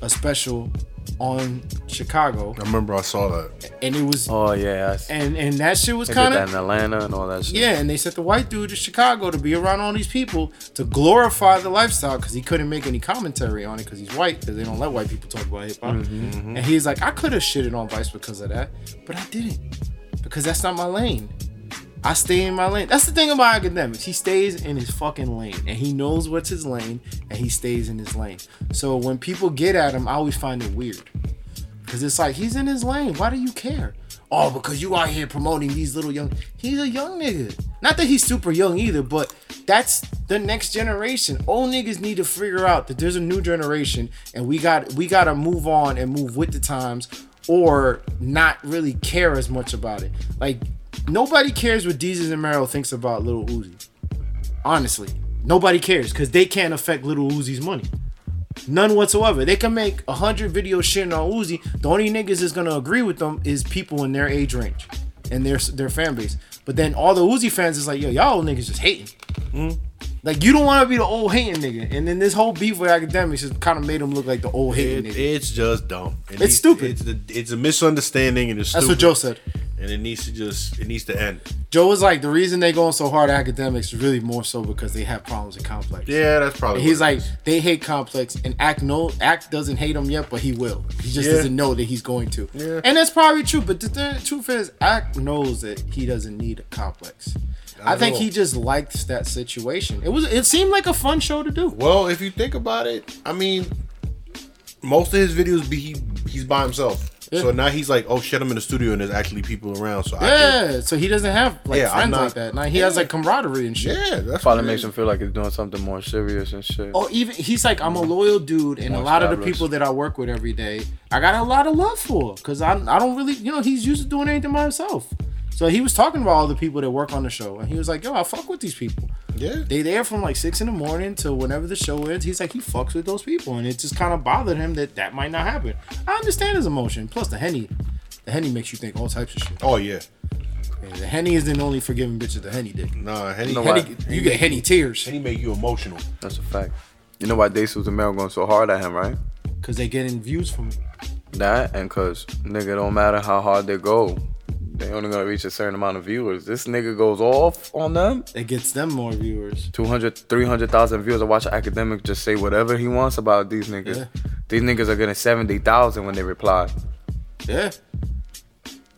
a special on Chicago,
I remember I saw that.
and it was
Oh yeah, I s-
and and that shit was
they did
kind
that
of.
in Atlanta and all that shit.
Yeah, and they sent the white dude to Chicago to be around all these people to glorify the lifestyle because he couldn't make any commentary on it because he's white because they don't let white people talk about hip hop. And he's like, I could have shitted on Vice because of that, but I didn't because that's not my lane. I stay in my lane. That's the thing about academics. He stays in his fucking lane and he knows what's his lane and he stays in his lane. So when people get at him, I always find it weird Cause it's like he's in his lane. Why do you care? Oh, because you out here promoting these little young. He's a young nigga. Not that he's super young either, but that's the next generation. Old niggas need to figure out that there's a new generation, and we got we gotta move on and move with the times, or not really care as much about it. Like nobody cares what Deezus and Merrill thinks about Little Uzi. Honestly, nobody cares because they can't affect Little Uzi's money. None whatsoever. They can make a hundred videos shitting on Uzi. The only niggas that's gonna agree with them is people in their age range and their their fan base. But then all the Uzi fans is like, yo, y'all old niggas just hating.
Hmm?
Like you don't want to be the old hating nigga. And then this whole beef with academics has kind of made him look like the old hating
It,
nigga.
it's just dumb. It
It's stupid.
It's a, it's a misunderstanding and it's
that's what
stupid.
Joe said.
And it needs to just it needs to end.
Joe was like, the reason they going so hard at academics is really more so because they have problems in complex.
Yeah, that's probably.
And he's
what it
like, they hate Complex, and Act no, Act doesn't hate him yet, but he will. He just
Yeah.
doesn't know that he's going to.
Yeah.
And that's probably true. But the, th- truth is, Act knows that he doesn't need a Complex. I, think
know.
he just likes that situation. It was, it seemed like a fun show to do.
Well, if you think about it, I mean, most of his videos be he, he's by himself.
Yeah.
So now he's like, oh shit, I'm in the studio and there's actually people around. So I
Yeah, so he doesn't have like
Yeah, I'm
friends
not-
like that. Now he has
Yeah.
like camaraderie and shit.
can, yeah, that's
Probably
what it
makes him
is.
feel like he's doing something more serious and shit.
Or even he's like, I'm a loyal dude, and a
More
lot of the
established.
people that I work with every day, I got a lot of love for, cause I I don't really, you know, he's used to doing anything by himself. So he was talking about all the people that work on the show, and he was like, Yo, I fuck with these people.
Yeah.
They there from like six in the morning till whenever the show ends. He's like, he fucks with those people, and it just kind of bothered him that that might not happen. I understand his emotion. Plus the henny, the henny makes you think all types of shit.
Oh yeah.
And the henny is the only forgiving bitch that the henny did.
Nah, Henny,
No,
Henny,
why?
Henny, you get henny tears
Henny make you emotional.
That's a fact. You know why Dace was the male going so hard at him, right?
because they getting views from it.
That and cause nigga don't matter how hard they go, they only gonna reach a certain amount of viewers. This nigga goes off on them.
It gets them more viewers.
200, 300,000 viewers. I watch an academic just say whatever he wants about these niggas.
Yeah.
These niggas are getting 70,000 when they reply.
Yeah.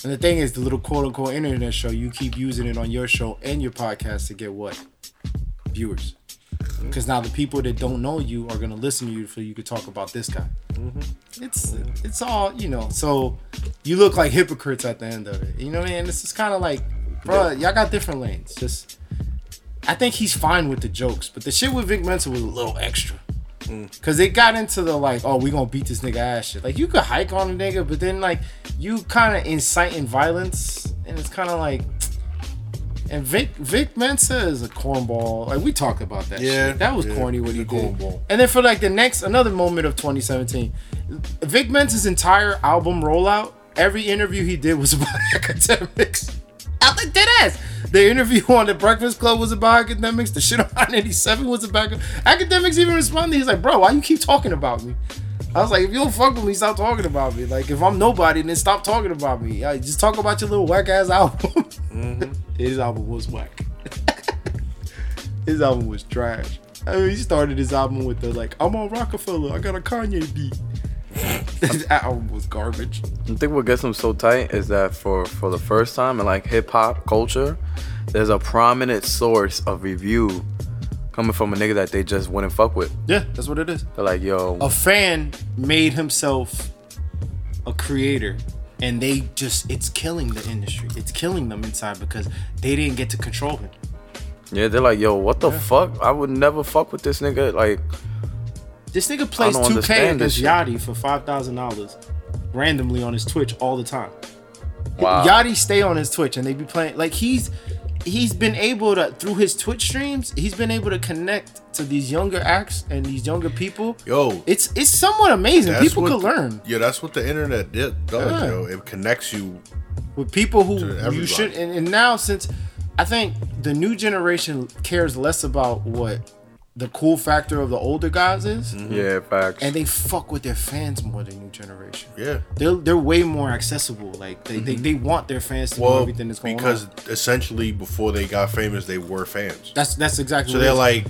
And the thing is, the little quote unquote internet show, you keep using it on your show and your podcast to get what? Viewers. Because now the people that don't know you are gonna listen to you so you could talk about this guy. It's it's all you know. So you look like hypocrites at the end of it. You know what I mean? This is kind of like, bruh, y'all got different lanes. Just, I think he's fine with the jokes, but the shit with Vic Mensa was a little extra. Cause it got into the like, oh, we gonna beat this nigga ass shit. Like you could hike on a nigga, but then like you kind of inciting violence, and it's kind of like, and Vic Vic Mensa is a cornball. Like we talked about that.
Yeah,
shit. that was
yeah,
corny what
he's
he
a
did.
cornball.
And then for like the next another moment of 2017, Vic Mensa's entire album rollout, every interview he did was about academics. I like dead ass. The interview on the Breakfast Club was about academics. The shit on 87 was about academics. Even responded, he's like, "Bro, why you keep talking about me?" I was like, "If you don't fuck with me, stop talking about me. Like, if I'm nobody, then stop talking about me. Like, just talk about your little whack ass album." His album was whack. His album was trash. I mean, he started his album with the like, "I'm on Rockefeller. I got a Kanye beat." His album was garbage.
I think what gets them so tight is that for for the first time in like hip hop culture, there's a prominent source of review coming from a nigga that they just wouldn't fuck with.
Yeah, that's what it is.
They're like, yo,
a fan made himself a creator and they just it's killing the industry it's killing them inside because they didn't get to control him
yeah, they're like, yo, what the fuck? I would never fuck with this nigga. Like,
this nigga plays
don't
2k
understand
against
this shit.
yachty for $5000 randomly on his twitch all the time
wow.
Yachty stay on his Twitch and they be playing like he's he's been able to through his Twitch streams, he's been able to connect to these younger acts and these younger people.
Yo.
It's it's somewhat amazing.
That's
people
what
could
the-
learn
Yeah, that's what the internet did, does,
Yeah.
yo. It connects you.
with people who you
everybody.
should and, and now since I think the new generation cares less about what the cool factor of the older guys is
Mm-hmm.
Yeah, facts.
Mm. and they fuck with their fans more than new generation.
Yeah.
They're, they're way more accessible. Like they, they, they want their fans to know
Mm-hmm. Well,
everything that's going
because
on.
essentially before they got famous, they were fans.
That's that's exactly
So
what it
they're
is.
like,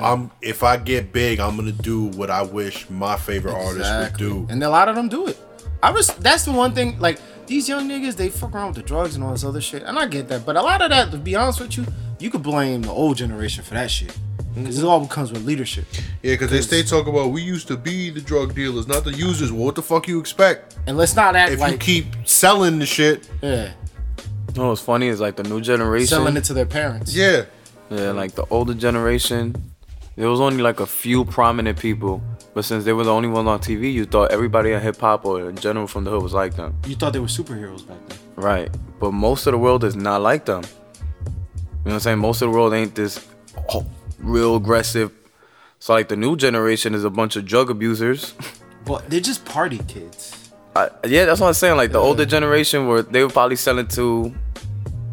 well, I'm if I get big, I'm gonna do what I wish my favorite artists
Exactly.
would do.
And a lot of them do it. I was that's the one thing like these young niggas they fuck around with the drugs and all this other shit. And I get that, but a lot of that to be honest with you, you could blame the old generation for that shit. Because
Mhm.
it all comes with leadership.
Yeah, because they stay talking about we used to be the drug dealers, not the users. Well, what the fuck you expect
And let's not act
if
like
you keep selling the shit?
yeah,
You know what's funny is like the new generation.
selling it to their parents.
Yeah,
Yeah, like the older generation, there was only like a few prominent people. But since they were the only ones on TV, you thought everybody in hip hop or in general from the hood was like them.
You thought they were superheroes back then.
Right. But most of the world is not like them. You know what I'm saying? Most of the world ain't this oh, real aggressive. So like the new generation is a bunch of drug abusers.
But they're just party kids.
I, yeah, that's what I'm saying. Like the older generation were they were probably selling to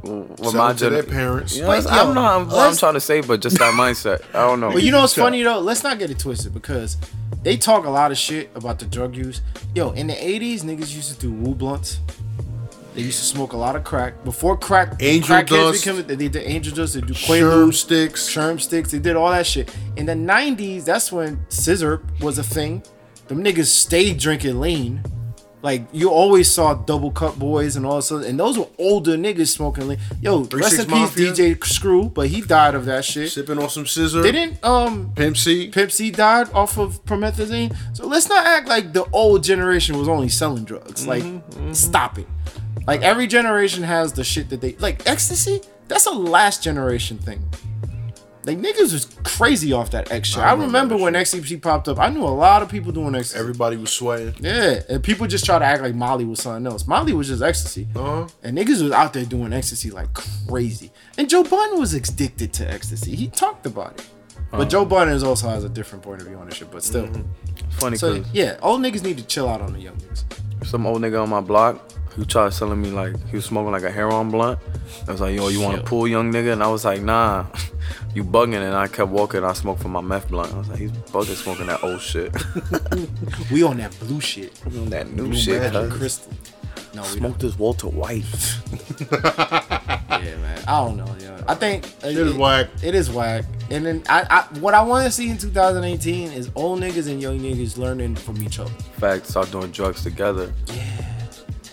what
selling to their parents.
You know,
Like,
I
yo,
don't know what I'm, what I'm
let's-
trying to say, but just that mindset. I don't know.
But you know what's
Yeah.
funny though? Let's not get it twisted because they talk a lot of shit about the drug use. Yo, in the 80s, niggas used to do woo blunts. They used to smoke a lot of crack. Before crack,
Angel
crack
dust.
became they did the angel dust, they do
Sherm
Quaaludes,
sticks.
Sherm sticks, they did all that shit. In the 90s, that's when scissor was a thing. Them niggas stayed drinking lean. Like you always saw double cup boys and all this other, and those were older niggas smoking lean. Yo, rest
36
in peace,
Mafia.
DJ Screw, but he died of that shit.
Sipping on some scissor.
Didn't um
Pimp C.
Pimp C died off of promethazine. So let's not act like the old generation was only selling drugs. Like, stop it. Like every generation has the shit that they like ecstasy. That's a last generation thing. Like niggas was crazy off that X shit. I, remember when ecstasy popped up. I knew a lot of people doing ecstasy.
Everybody was sweating.
yeah, and people just try to act like Molly was something else. Molly was just ecstasy,
Uh-huh.
and niggas was out there doing ecstasy like crazy. And Joe Budden was addicted to ecstasy. He talked about it, but Joe Budden is also has a different point of view on this shit. But still,
funny
so
'cause-
yeah, old niggas need to chill out on the young niggas.
some old nigga on my block who tried selling me like he was smoking like a heroin blunt. I was like, yo, you want to
Shit.
pull, young nigga? And I was like, nah, you bugging. And I kept walking. I smoked from my meth blunt. I was like, he's bugging smoking that old shit,
We on that blue shit,
that new shit.
magic.
cuz.
crystal. No, we
Smoke this Walter White.
don't. Yeah, man. I don't know. Yo. I think uh, it
is whack.
It is whack. And then I, I what I want to see in 2018 is old niggas and young niggas learning from each other.
Fact, start doing drugs together.
Yeah.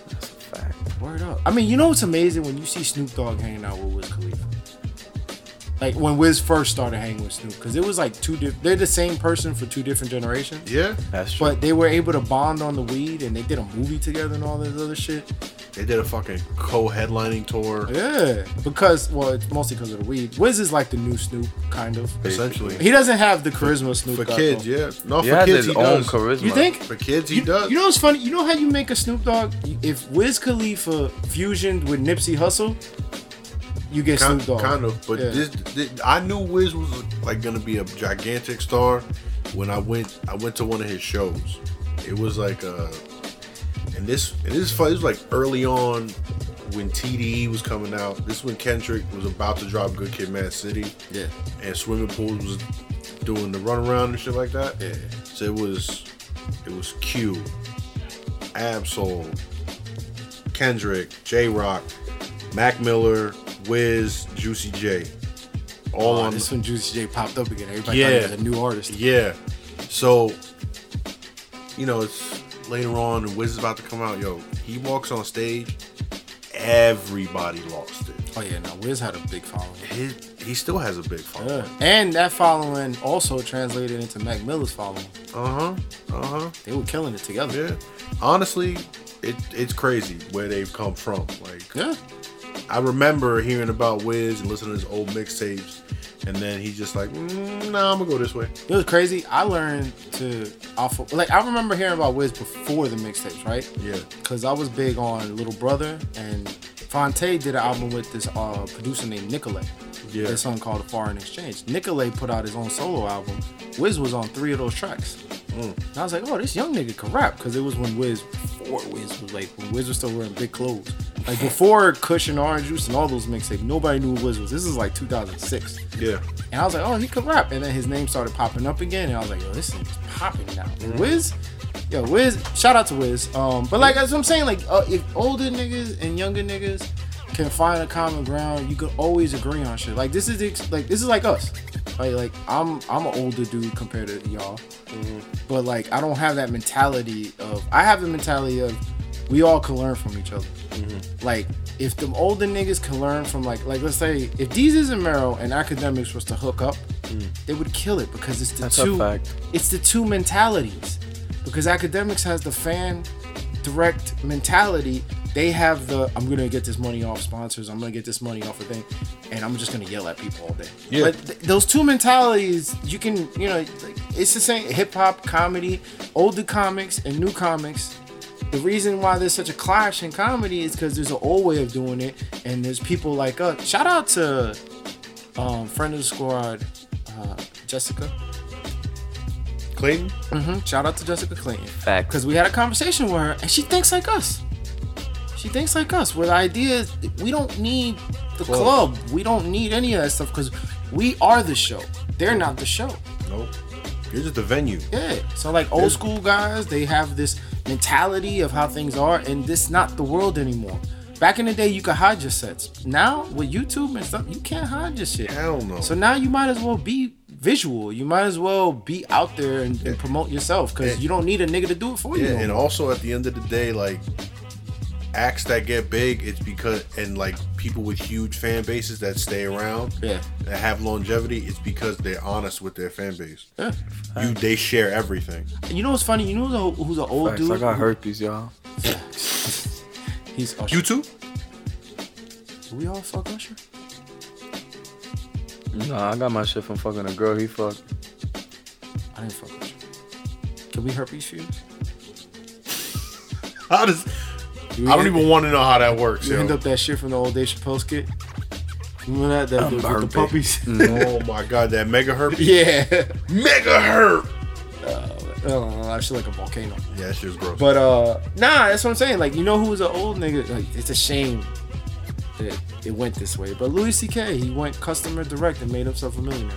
That's a fact.
Word up. I mean, you know what's amazing when you see Snoop Dogg hanging out with Wiz Khalifa. Like when Wiz first started hanging with Snoop, because it was like two different. They're the same person for two different generations,
Yeah,
That's true.
but they were able to bond on the weed, and they did a movie together and all this other shit.
they did a fucking co-headlining tour.
Yeah, because well, it's mostly because of the weed. Wiz is like the new Snoop, kind of.
Essentially,
He doesn't have the charisma of Snoop
for
got,
kids,
though.
yeah. No,
he
for
has
kids,
his
he
own
does.
charisma.
You think?
For kids, he
you,
does.
You know what's funny? You know how you make a Snoop Dogg? If Wiz Khalifa fusioned with Nipsey Hussle, you get
kind,
Snoop Dogg.
kind of. But
Yeah.
this, thi- I knew Wiz was like gonna be a gigantic star when I went. I went to one of his shows. It was like uh and this and this is fun. It was like early on when TDE was coming out. This is when Kendrick was about to drop Good Kid, Mad City.
Yeah.
and swimming pools was doing the runaround and shit like that.
Yeah.
So it was it was Q, Absol, Kendrick, J Rock, Mac Miller, Wiz, Juicy J. All
Oh,
on
this when Juicy J popped up again. Everybody
Yeah.
thought he was a new artist.
Yeah. So you know, it's later on and Wiz is about to come out, yo. He walks on stage, everybody lost it.
Oh yeah, now Wiz had a big following.
His, he still has a big following.
Yeah. And that following also translated into Mac Miller's following.
Uh-huh. Uh-huh.
They were killing it together.
Yeah. Honestly, it it's crazy where they've come from. Like
Yeah.
I remember hearing about Wiz and listening to his old mixtapes, and then he's just like, mm, "Nah, I'm gonna go this way."
It was crazy. I learned to off of- like I remember hearing about Wiz before the mixtapes, right?
Yeah.
Cause I was big on Little Brother and Fonte did an album with this uh, producer named Nicolay.
Yeah.
This song called Foreign Exchange. Nicolay put out his own solo album. Wiz was on three of those tracks. And I was like, oh, this young nigga can rap. Cause it was when Wiz, before Wiz was like, when Wiz was still wearing big clothes. Like before Kush and Orange Juice and all those mixtapes, nobody knew who Wiz was. This is like 2006.
Yeah,
And I was like, oh, he could rap. And then his name started popping up again. And I was like, yo, this thing's popping now. And Wiz, yo, Wiz, shout out to Wiz. Um, but like, that's what I'm saying. Like, uh, if older niggas and younger niggas can find a common ground, you can always agree on shit. Like, this is the, ex- like, this is like us. Like, like I'm, I'm an older dude compared to y'all. But like, I don't have that mentality of, I have the mentality of, we all can learn from each other.
Mm-hmm.
Like if them older niggas can learn from like like let's say if Deezus and Mero and academics was to hook up, they would kill it because it's the
Mm. That's a
two
fact.
it's the two mentalities. Because academics has the fan direct mentality. They have the I'm gonna get this money off sponsors. I'm gonna get this money off a thing, and I'm just gonna yell at people all day.
Yeah.
But th- those two mentalities, you can you know, it's like- it's the same hip hop, comedy, older comics and new comics. The reason why there's such a clash in comedy is because there's an old way of doing it, and there's people like us. Shout out to um, friend of the squad, uh, Jessica.
Clayton,
hmm Shout out to Jessica Clayton.
Facts.
Because we had a conversation with her, and she thinks like us. She thinks like us. Where the idea is, we don't need the club. We don't need any of that stuff because we are the show. They're not the show.
nope. You're just the venue.
Yeah. So like old school guys, they have this mentality of how things are, and this not the world anymore. Back in the day, you could hide your sets. Now with YouTube and stuff, you can't hide your shit.
Hell no.
So now you might as well be visual. You might as well be out there and, and promote yourself because
And-
you don't need a nigga to do it for
Yeah,
you.
and also at the end of the day, like acts that get big, it's because and like people with huge fan bases that stay around,
Yeah.
that have longevity, it's because they're honest with their fan base.
Yeah.
You, they share everything.
You know what's funny? You know who's a, who's an old
Facts.
dude?
I got herpes, y'all.
He's Usher.
You too?
Do we all fuck Usher?
Nah, I got my shit from fucking a girl he fucked.
I didn't fuck Usher. Can we herpes fuse?
How does? I don't even want to know how that works.
You
Yo.
end up that shit from the old Dave Chappelle skit. Remember that? That with the
herping.
puppies.
Mm.
oh my god, that mega herpes.
yeah.
Mega herp.
Uh, I shit like a volcano.
Yeah, that shit's gross.
But uh, nah, that's what I'm saying. Like, you know who was an old nigga? Like, it's a shame that it went this way. But Louis C.K. he went customer direct and made himself a millionaire.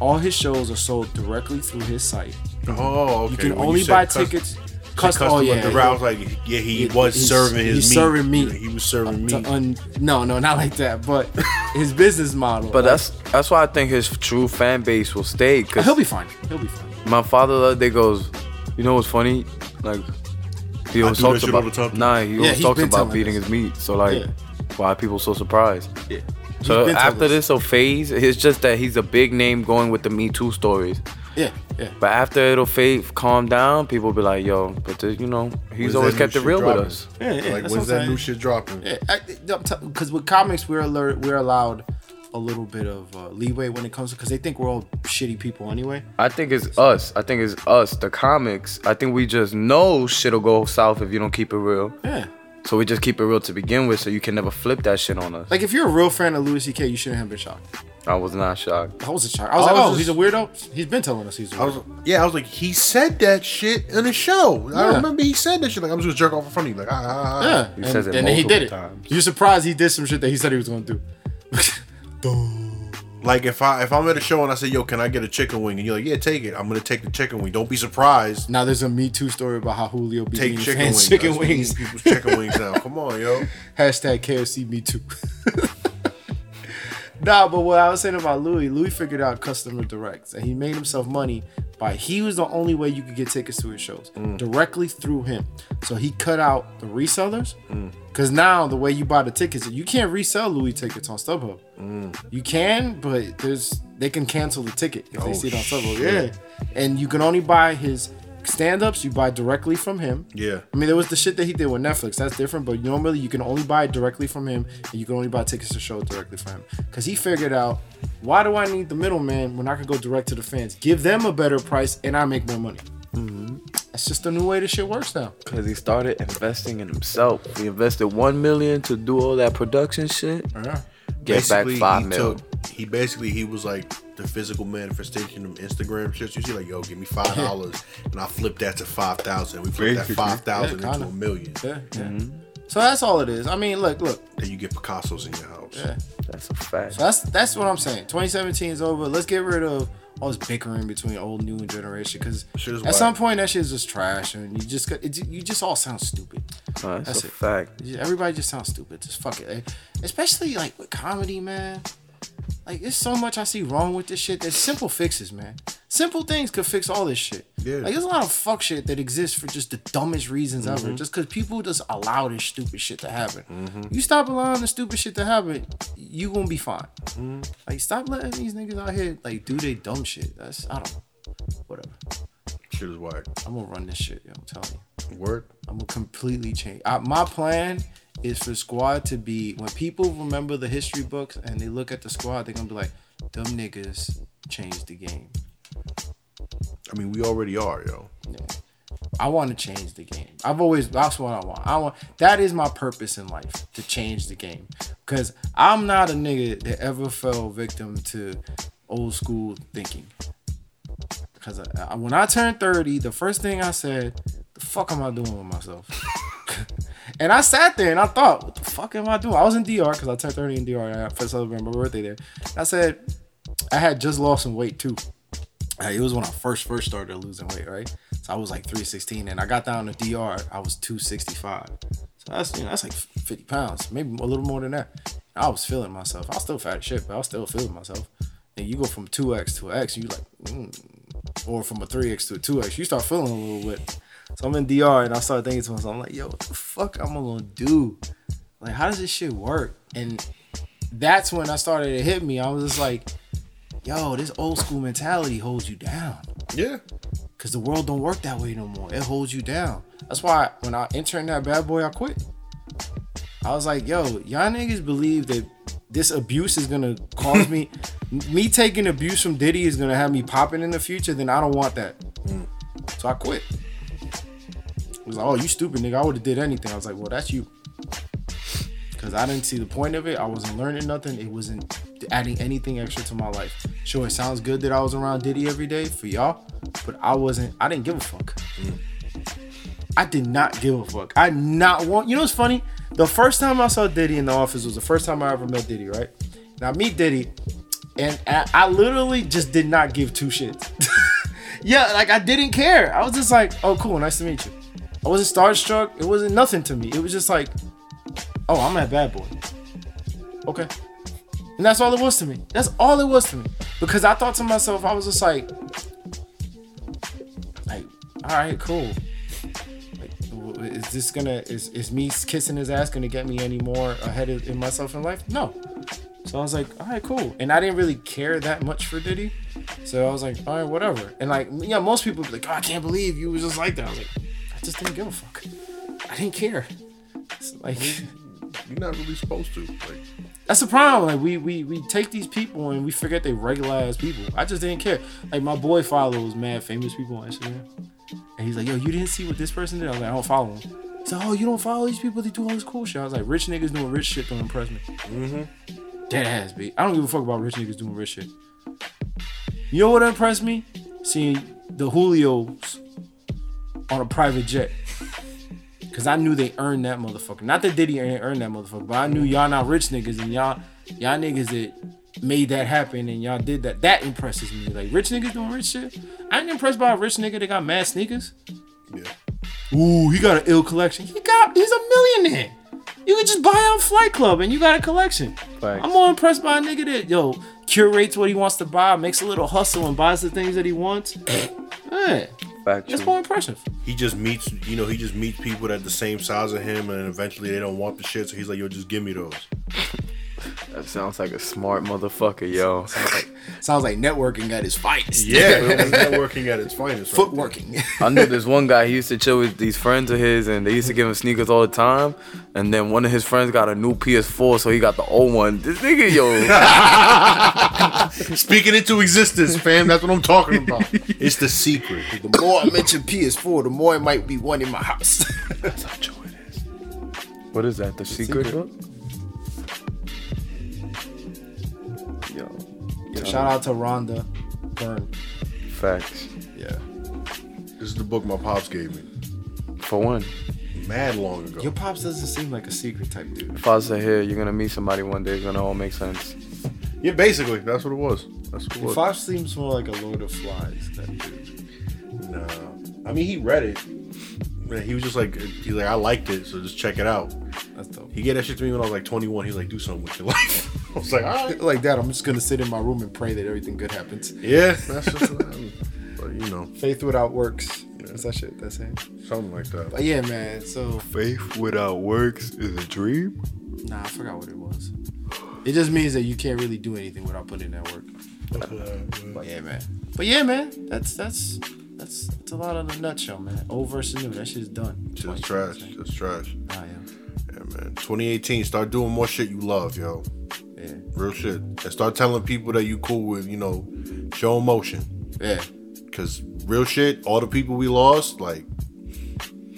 All his shows are sold directly through his site.
oh, okay.
You can
when
only
said
buy
cus-
tickets.
Customer
Custom, oh yeah,
direct, I was like, yeah, he
He-
was
he's-
serving his
he's
meat.
serving meat.
Yeah, he was serving
To
meat.
un- no, no, not like that. But his business model.
But
like,
that's that's why I think his true fan base will stay. Cause
he'll be fine. He'll be fine.
my father the other day goes, you know what's funny? Like he always
do that
talks
shit
about
all the time.
nah, he always
he's
talks
been
about
telling
beating
us.
his meat. So like,
Yeah.
why are people so surprised?
Yeah.
So
been telling
after
us.
this will phase, it's just that he's a big name going with the Me Too stories.
Yeah, yeah.
But after it'll fade, calm down, people be like, yo, but this, you know, he's
When's
always
that new
kept it
shit
real
dropping?
with us.
Yeah, yeah,
Like, when's
that's what I'm
that new
saying.
shit dropping?
because with comics we're alert, we're allowed a little bit of uh, leeway when it comes to because they think we're all shitty people anyway.
I think it's us. I think it's us, the comics. I think we just know shit'll go south if you don't keep it real.
Yeah,
So we just keep it real to begin with, so you can never flip that shit on us.
like if you're a real fan of Louis C.K., you shouldn't have been shocked.
I was not shocked.
I was a shock. I was
I
like,
was
oh,
just-
he's a weirdo. He's been telling us he's a
I
weirdo.
was yeah, I was like, he said that shit in the show. I
Yeah.
remember he said that shit. Like I'm just gonna jerk off in front of you. Like ah, ah, ah.
yeah,
He
and,
says it
and then he
multiple
did it.
times.
You're surprised he did some shit that he said he was gonna do.
Like if I if I'm at a show and I say, yo, can I get a chicken wing? And you're like, yeah, take it. I'm gonna take the chicken wing. Don't be surprised.
Now there's a Me Too story about how Julio be
Take
eating
chicken
fans
wings.
chicken
That's what these
wings.
People's chicken wings now. Come on, yo.
Hashtag KFC Me Too. nah, but what I was saying about Louis, Louis figured out customer direct, and he made himself money by he was the only way you could get tickets to his shows
Mm.
directly through him. So he cut out the resellers
Mm.
because now the way you buy the tickets, you can't resell Louis tickets on StubHub.
Mm.
You can, but there's they can cancel the ticket if
Oh,
they see it on StubHub.
shit.
Yeah, and you can only buy his stand-ups you buy directly from him.
Yeah.
I mean, there was the shit that he did with Netflix. That's different, but normally you can only buy it directly from him, and you can only buy tickets to show directly from him. Cause he figured out, why do I need the middleman when I could go direct to the fans, give them a better price, and I make more money.
Mm-hmm.
That's just the new way this shit works now.
Cause he started investing in himself. He invested one million to do all that production shit. Get back five
he
mil.
took- he basically he was like the physical manifestation of Instagram shit. You see, like, yo, give me five dollars, and I flip that to five thousand. We flip that five thousand
Yeah,
into
kinda.
a million. Mm-hmm.
Yeah, yeah. So that's all it is. I mean, look, look.
Then you get Picasso's in your house.
Yeah.
That's a fact.
That's that's what I'm saying. 2017 is over. Let's get rid of all this bickering between old, new, and generation. Because
Shit is
at
whack.
some point that shit is just trash, and you just got- it, you just all sound stupid.
Nah, that's,
that's
a
it.
fact.
Yeah, Everybody just sounds stupid. Just fuck it. Eh, Especially like with comedy, man. Like there's so much I see wrong with this shit. There's simple fixes, man. Simple things could fix all this shit.
Yeah.
Like there's a lot of fuck shit that exists for just the dumbest reasons ever. Just because people just allow this stupid shit to happen. You stop allowing the stupid shit to happen, you gonna be fine. Like stop letting these niggas out here like do they dumb shit. That's I don't. Whatever.
Shit is whack.
I'm gonna run this shit. Yo, I'm telling you.
Word.
I'm gonna completely change. I, my plan is for squad to be when people remember the history books and they look at the squad, they're gonna be like, "Them niggas changed the game."
I mean, we already are, yo.
I want to change the game. I've always that's what I want. I want that is my purpose in life to change the game because I'm not a nigga that ever fell victim to old school thinking. Because I, I, when I turned 30, the first thing I said, the fuck am I doing with myself? and I sat there and I thought, what the fuck am I doing? I was in DR because I turned 30 in DR and I first celebrated my birthday there. And I said, I had just lost some weight too. Uh, it was when I first first started losing weight, right? So I was like 316, and I got down to DR, I was 265. So that's you know, that's like 50 pounds, maybe a little more than that. I was feeling myself. I was still fat as shit, but I was still feeling myself. And you go from 2x to an X, you like, mm, or from a 3x to a 2x, you start feeling a little bit. So I'm in DR, and I started thinking to myself, I'm like, yo, what the fuck am I gonna do? Like, how does this shit work? And that's when I started to hit me. I was just like, yo, this old school mentality holds you down.
Yeah.
Cause the world don't work that way no more. It holds you down. That's why when I interned that bad boy, I quit. I was like, yo, y'all niggas believe that this abuse is gonna cause me me taking abuse from Diddy is gonna have me popping in the future, then I don't want that. So I quit. It was like, oh, you stupid nigga. I would have did anything. I was like, well, that's you. Cause I didn't see the point of it. I wasn't learning nothing. It wasn't adding anything extra to my life. Sure, it sounds good that I was around Diddy every day for y'all, but I wasn't. I didn't give a fuck. I did not give a fuck. I not want. You know what's funny? The first time I saw Diddy in the office was the first time I ever met Diddy. Right? Now meet Diddy, and I, I literally just did not give two shits. yeah, like I didn't care. I was just like, oh cool, nice to meet you. I wasn't starstruck. It wasn't nothing to me. It was just like, oh, I'm at Bad Boy. Okay. And that's all it was to me. That's all it was to me. Because I thought to myself, I was just like, like, all right, cool. Like, w- is this gonna is is me kissing his ass gonna get me any more ahead of, in myself in life? No. So I was like, all right, cool. And I didn't really care that much for Diddy. So I was like, all right, whatever. And like, yeah, most people be like, oh, I can't believe you was just like that. I was like, I just didn't give a fuck. I didn't care. It's like.
You're not really supposed to. Like,
That's the problem. Like we we we take these people and we forget they regular ass people. I just didn't care. Like my boy follows mad famous people on Instagram, and he's like, "Yo, you didn't see what this person did?" I was like, "I don't follow him." He's like, "Oh, you don't follow these people? They do all this cool shit." I was like, "Rich niggas doing rich shit don't impress me." Dead ass, B. I don't give a fuck about rich niggas doing rich shit. You know what impressed me? Seeing the Julio's on a private jet. Cause I knew they earned that motherfucker. Not that Diddy ain't earned that motherfucker, but I knew y'all not rich niggas and y'all y'all niggas that made that happen and y'all did that. That impresses me. Like rich niggas doing rich shit. I ain't impressed by a rich nigga that got mad sneakers.
yeah.
Ooh, he got an ill collection. He got he's a millionaire. You can just buy out Flight Club and you got a collection.
Facts.
I'm more impressed by a nigga that yo curates what he wants to buy, makes a little hustle and buys the things that he wants. Man, it's more impressive.
He just meets, you know, he just meets people that the same size of him, and eventually they don't want the shit, so he's like, "Yo, just give me those."
That sounds like a smart motherfucker, yo.
Sounds like networking at his finest.
Yeah, it was networking at its finest. right there.
Footworking.
I knew this one guy. He used to chill with these friends of his, and they used to give him sneakers all the time. And then one of his friends got a new PS4, so he got the old one. This nigga, yo,
Speaking into existence, fam. That's what I'm talking about. it's the secret.
the more I mention PS4, the more it might be one in my house.
what is that? The secret?
Secret.
book? Yo,
Shout out to Rhonda Byrne.
facts
Yeah. This is the book my pops gave me,
for one.
mad long ago.
Your pops doesn't seem like a secret type dude.
If I was to hear you're gonna meet somebody one day. It's gonna all make sense.
Yeah, basically, that's what it was. That's what it
Your
was.
pops seems more like a Lord of Flies type dude.
Nah. I mean, he read it. Man, he was just like, he's like, I liked it, so just check it out.
That's dope.
He gave that shit to me when I was like 21. He's like, do something with your life. I was like, all right.
Like that, I'm just gonna sit in my room and pray that everything good happens.
Yeah, that's just. um, Like, you know,
Faith without works. That's that shit. That's it.
something like that.
But yeah, man. So
Faith without works is a dream.
nah, I forgot what it was. It just means that you can't really do anything without putting in that work. But yeah, man. But yeah, man. That's that's that's that's a lot of the nutshell, man. Old versus new. That shit's done.
Just trash. Just trash.
Nah, yeah.
Yeah, man. 2018. Start doing more shit you love, yo.
Yeah.
Real shit. And start telling people that you cool with. You know, show emotion.
Yeah.
Cause real shit. All the people we lost, like,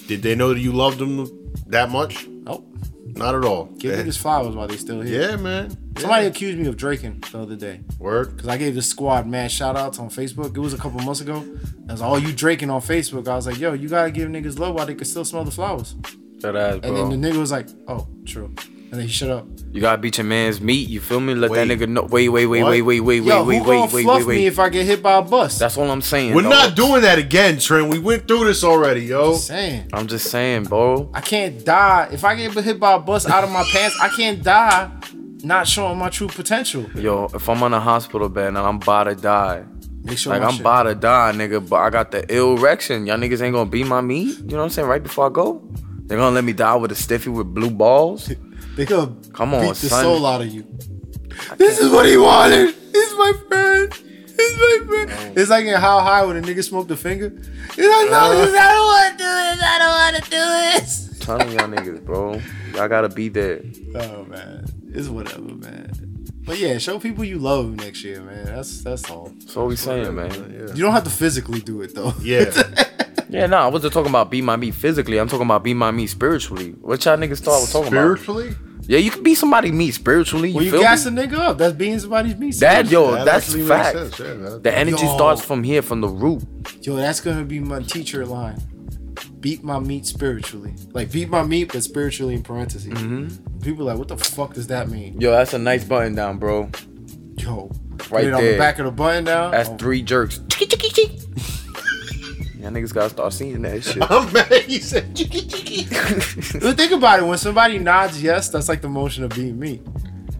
did they know that you loved them that much?
Nope.
Not at all.
Oh, Give
Eh,
me these flowers while they still here.
Yeah, man. Yeah.
Somebody accused me of drinking the other day.
Word.
Cause I gave the squad mad shout outs on Facebook. It was a couple months ago. I was all you drinking on Facebook. I was like, yo, you gotta give niggas love while they can still smell the flowers.
That ass,
And
bro.
then the nigga was like, oh, true. And then he shut up.
you gotta beat your man's meat. You feel me? Let
Wait.
that nigga know. Wait, wait, wait,
What?
wait, wait, wait,
Yo,
wait,
who gonna
wait, wait,
fluff
wait,
me
wait.
if I get hit by a bus?
That's all I'm saying.
We're
dog.
not doing that again, Trent. We went through this already, yo.
saying.
I'm just saying, bro.
I can't die. If I get hit by a bus out of my pants, I can't die not showing my true potential.
Yo, if I'm on a hospital bed and I'm about to die,
Make sure
like
my
I'm
shit-
about to die, nigga, but I got the ill erection. Y'all niggas ain't gonna beat my meat. You know what I'm saying? Right before I go, they're gonna let me die with a stiffy with blue balls.
They gonna
Come on,
beat the
son.
soul out of you. This is what he wanted. This is my friend. This is my friend. It's like in How High when a nigga smoked a finger. He's like, no, this is- I don't want to do this. I don't want to do this.
I'm telling y'all niggas, bro. Y'all gotta be there.
Oh man, it's whatever, man. But yeah, show people you love next year, man. That's that's all.
That's all we saying, man.
You don't have to physically do it though.
Yeah.
Yeah, nah, I wasn't talking about beat my meat physically. I'm talking about beat my meat spiritually. What y'all niggas thought I was talking about?
Spiritually?
Yeah, you can beat somebody meat spiritually. You
when you
feel
gas
me?
a nigga up, that's being somebody's meat.
That yo,
That
that's
actually makes
fact.
sense, yeah, that-
the energy
Yo.
starts from here, from the root.
Yo, that's gonna be my teacher line. Beat my meat spiritually. Like beat my meat, but spiritually in parentheses.
Mm-hmm.
People like, what the fuck does that mean?
Yo, that's a nice button down, bro.
Yo, put
Right
it on the
there.
back of the button now.
That's
Oh,
three jerks. Chicky, chicky, chick. Y'all niggas gotta start seeing that shit.
I'm mad. He said, "Chicky,
But think about it. When somebody nods yes, that's like the motion of being meat.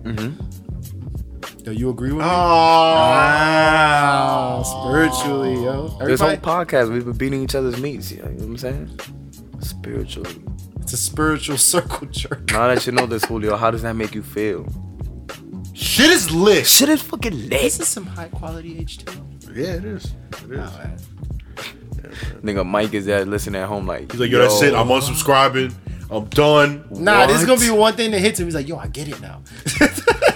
Mm-hmm.
Yo, you agree with me? Wow, spiritually, yo.
this whole
Everybody,
podcast, we've been beating each other's meats. You know what I'm saying? Spiritually.
it's a spiritual circle jerk.
Now that you know this, Julio, how does that make you feel?
Shit is lit.
Shit is fucking lit.
is some high quality H2.
Yeah, it is. It is.
Nigga, Mike is there listening at home like,
He's like, yo, that's it. I'm unsubscribing. I'm done.
Nah, this is
What?
gonna be one thing that hits him. He's like, yo, I get it now.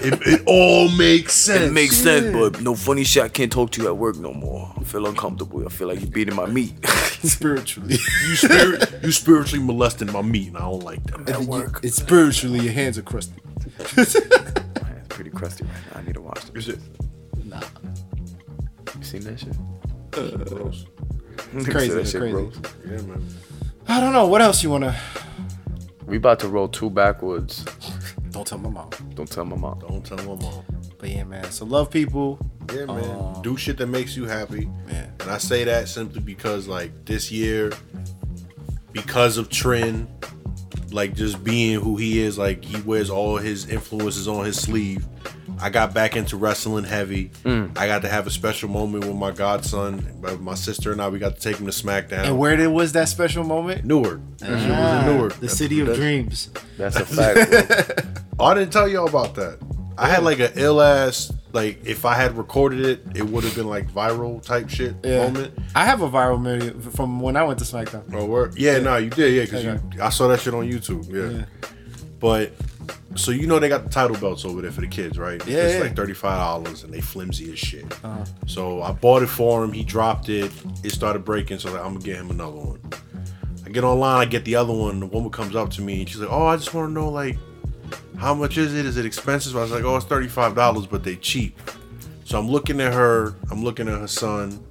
It, it all makes sense.
It makes sense, but no funny shit. I can't talk to you at work no more. I feel uncomfortable. I feel like you're beating my meat.
spiritually.
You, spirit, you spiritually molesting my meat, and I don't like that.
You- It's spiritually your hands are crusty.
Man, it's pretty crusty right now. I need to watch this.
Is it?
You seen that shit?
Gross.
It's
crazy, it's crazy.
Yeah, man.
I don't know. What else you wanna?
We about to roll two backwards.
Don't tell my mom.
Don't tell my mom.
Don't tell my mom.
But yeah, man. So love people.
Yeah, man. Do shit that makes you happy.
Yeah.
And I say that simply because, like, this year, because of Trin, like, just being who he is, like, he wears all his influences on his sleeve. I got back into wrestling heavy. I got to have a special moment with my godson, but my sister and I. We got to take him to SmackDown.
And where there was that special moment?
Newark. That shit was in Newark.
The city of dreams.
That's a fact. Bro.
Oh, I didn't tell y'all about that. I had like an ill ass, like if I had recorded it, it would have been like viral type shit
Yeah.
moment.
I have a viral memory from when I went to SmackDown.
Oh, word? Yeah, no, you did, yeah, because
Okay.
you I saw that shit on YouTube. Yeah. But so you know they got the title belts over there for the kids, right?
Yeah, Uh-huh.
It's
yeah.
like thirty five dollars and they flimsy as shit. So I bought it for him, he dropped it, it started breaking, so like, I'm gonna get him another one. I get online, I get the other one, the woman comes up to me and she's like, Oh, I just wanna know like how much is it? Is it expensive? I was like, Oh, it's thirty five dollars, but they cheap. So I'm looking at her, I'm looking at her son,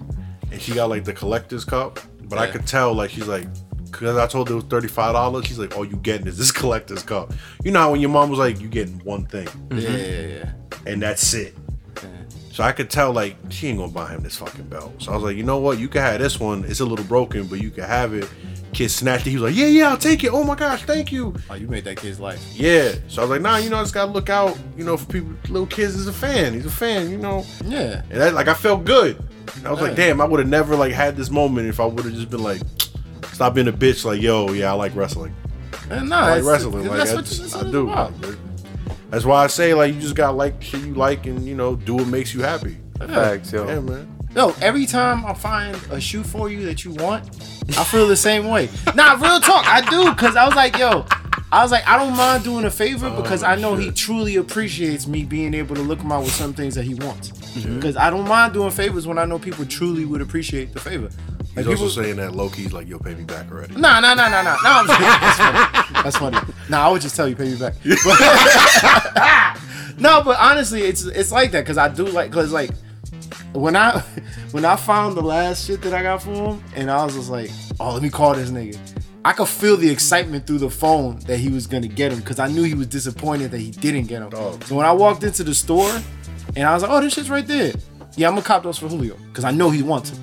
and she got like the collector's cup. But I could tell, like, she's like, because I told her it was $35, she's like, all you getting is this collector's cup. You know how when your mom was like, you getting one thing,
Yeah, yeah, yeah.
and that's it. So I could tell, like, she ain't gonna buy him this fucking belt. So I was like, you know what? You can have this one. It's a little broken, but you can have it. Kid snapped it. He was like, yeah, yeah, I'll take it. Oh my gosh, thank you.
Oh, you made that kid's life.
Yeah. So I was like, nah, you know, I just gotta look out, you know, for people. Little kids is a fan. He's a fan, you know.
Yeah.
And that, like, I felt good. And I was like,
Yeah.
damn, I would have never like had this moment if I would have just been like, stop being a bitch. Like, yo, yeah, I like wrestling.
And
I
nah,
like
it's-
wrestling. Like,
that's
I,
what this is
I
all
do.
about.
Like, that's why I say like you just gotta like shit you like and you know do what makes you happy.
Facts, yo.
Yeah, man.
No, every time I find a shoe for you that you want, I feel the same way. Nah, real talk, I do, cause I was like, yo, I was like, I don't mind doing a favor
Oh,
because I know he truly appreciates me being able to look him out with some things that he wants. Cause I don't mind doing favors when I know people truly would appreciate the favor.
He's
Like
also
people,
saying that low key's like, yo, pay me back already.
nah, nah, nah, nah, nah. nah I'm just That's funny. Nah, I would just tell you pay me back. no, but honestly, it's it's like that because I do like because like when I when I found the last shit that I got for him, and I was just like, oh, let me call this nigga. I could feel the excitement through the phone that he was gonna get him because I knew he was disappointed that he didn't get him.
Dog.
So when I walked into the store, and I was like, oh, this shit's right there. Yeah, I'm gonna cop those for Julio because I know he wants it.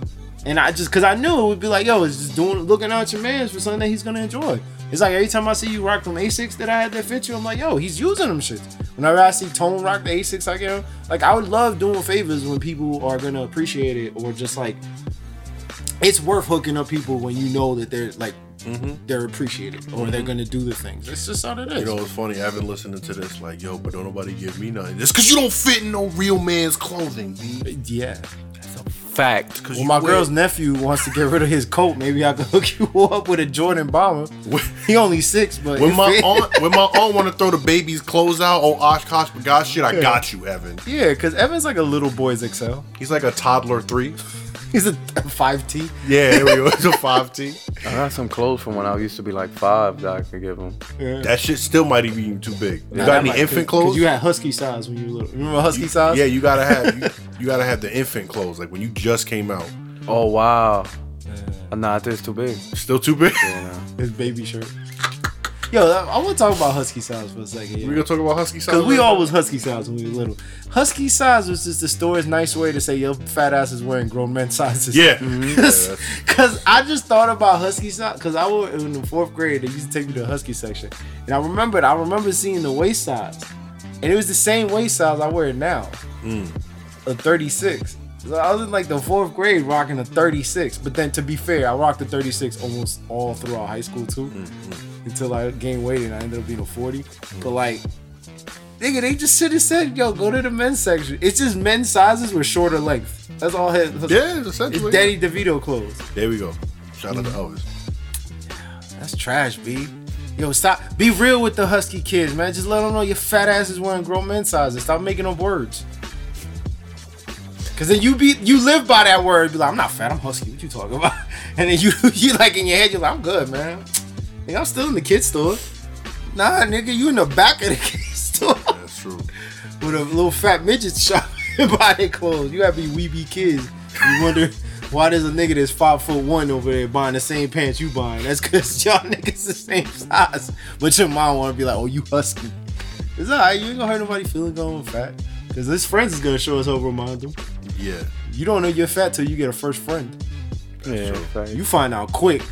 And I just, cause I knew it would be like, yo, it's just doing, looking out your man's for something that he's gonna enjoy. It's like every time I see you rock them A6 that I had that fit you, I'm like, yo, he's using them shits. Whenever I see Tone rock the A6 I get him, like I would love doing favors when people are gonna appreciate it or just like, it's worth hooking up people when you know that they're like, they're appreciated or they're gonna do the things. It's just how it is.
You know, it's funny. I've been listening to this like, yo, but don't nobody give me nothing. It's because you don't fit in no real man's clothing, B.
yeah.
Fact.
Because
Well, my girl's nephew wants to get rid of his coat. Maybe I could hook you up with a Jordan bomber. He only six, but
When my
it fit.
aunt, when my aunt want to throw the baby's clothes out, oh Oshkosh, but gosh, shit, I got you, Evan.
yeah, because Evan's like a little boy's Excel.
He's like a toddler three.
He's a five T.
Yeah, there we go. It's a five T.
I got some clothes from when I used to be like five that I could give them.
That shit still might even be too big. You got any infant clothes?
You had husky size when you were little. You remember husky size?
Yeah, you gotta have you, you gotta have the infant clothes. Like when you just came out,
Oh wow. Nah, I think it's too big.
still too big.
His baby shirt. Yo, I, I want to talk about husky size for a second.
We
Yeah.
gonna talk about husky size?
Cause we all was husky size when we were little. Husky size was just the store's nice way to say your fat ass is wearing grown men sizes.
Yeah.
Cause, 'cause I just thought about Husky size. Cause I was in the fourth grade. They used to take me to the Husky section, and I remembered. I remember seeing the waist size, and it was the same waist size I wear now, a 36. So I was in like the fourth grade rocking a 36. But then to be fair, I rocked a 36 almost all throughout high school too, until I gained weight and I ended up being a 40. But like. Nigga, they just should have said, "Yo, go to the men's section." It's just men's sizes with shorter length. That's all. His,
Yeah, it's
it's
essentially.
Danny DeVito clothes.
There we go. Shout out to Elvis.
That's trash, B. Yo, stop. Be real with the husky kids, man. Just let them know your fat ass is wearing grown men sizes. Stop making up words. Cause then you be you live by that word. Be like, I'm not fat. I'm husky. What you talking about? And then you you like in your head, you're like, I'm good, man. Nigga, I'm still in the kid store. Nah, nigga, you in the back of the kid store
That's true.
with a little fat midget shop by their clothes. You gotta be weeby kids. You wonder why there's a nigga that's five foot one over there buying the same pants you buying. That's cause y'all niggas the same size. But your mom wanna be like, oh you husky. It's alright, you ain't gonna hurt nobody feeling going fat. Cause this friends is gonna show us how to remind them.
Yeah.
You don't know you're fat till you get a first friend.
Yeah. fact.
You find out quick.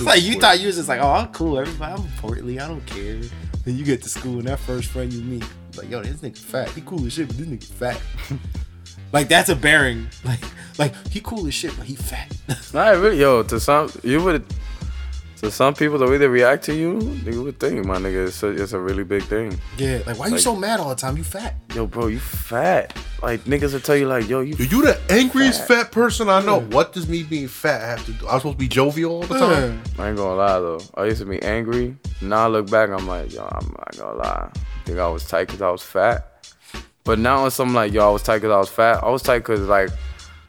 like you
quick.
thought you was just like, oh I'm cool, everybody, I'm portly, I don't care. Then you get to school and that first friend you meet, like, yo, this nigga fat. He cool as shit, but this nigga fat. like that's a bearing. Like like he cool as shit, but he fat.
Nah, it really, yo, to some you would, to some people the way they react to you, they would think my nigga, it's a, it's a really big thing.
yeah. Like why you
Like-
so mad all the time? You fat.
Yo, bro, you fat. Like niggas will tell you like, yo, you
Yo, you the angriest fat person I know. What does me being fat have to do? I'm supposed to be jovial all the time.
I ain't gonna lie though. I used to be angry. Now I look back, I'm like, yo, I'm not gonna lie. I think I was tight because I was fat. But now it's something like, yo, I was tight because I was fat. I was tight because like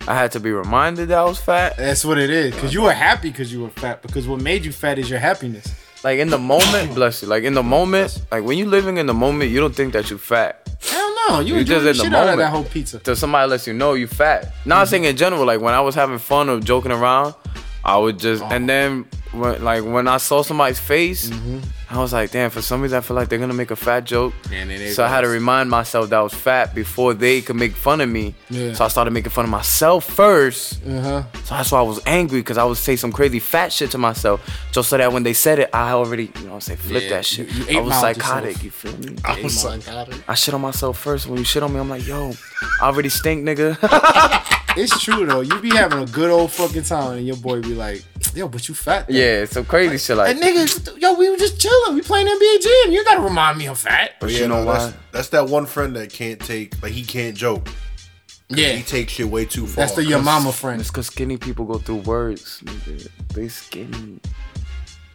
I had to be reminded that I was fat.
That's what it is. Cause you were happy because you were fat. Because what made you fat is your happiness.
Like in the moment, bless you. Like in the moment, like when you living in the moment, you don't think that you fat.
Hell no, you
You
enjoyed
just
the
in the
shit out of
moment.
that whole pizza. Mm-hmm.
Till somebody lets you know you fat. Not saying in general, like when I was having fun or joking around, I would just
Oh.
and then when like when I saw somebody's face,
Mm-hmm.
I was like, damn. For some reason, I feel like they're gonna make a fat joke.
And then they
so I had to
was.
remind myself that I was fat before they could make fun of me.
Yeah.
So I started making fun of myself first.
Uh-huh.
So that's why I was angry because I would say some crazy fat shit to myself, just so that when they said it, I already, you know, what I'm saying, flip
Yeah,
that shit.
you- you eight
I was
miled yourself.
psychotic. You feel me?
I was like,
I shit on myself first. When you shit on me, I'm like, yo, I already stink, nigga.
It's true though. You be having a good old fucking time, and your boy be like, "Yo, but you fat." though."
yeah, some crazy shit like.
And nigga, yo, we were just chilling. We playing NBA Jam. You gotta remind me I'm fat.
But
yeah,
you know
no, that's,
why?
that's that one friend that can't take, like, he can't joke.
Yeah,
He takes shit way too far.
that's the your mama friend.
It's because skinny people go through words. nigga. They skinny.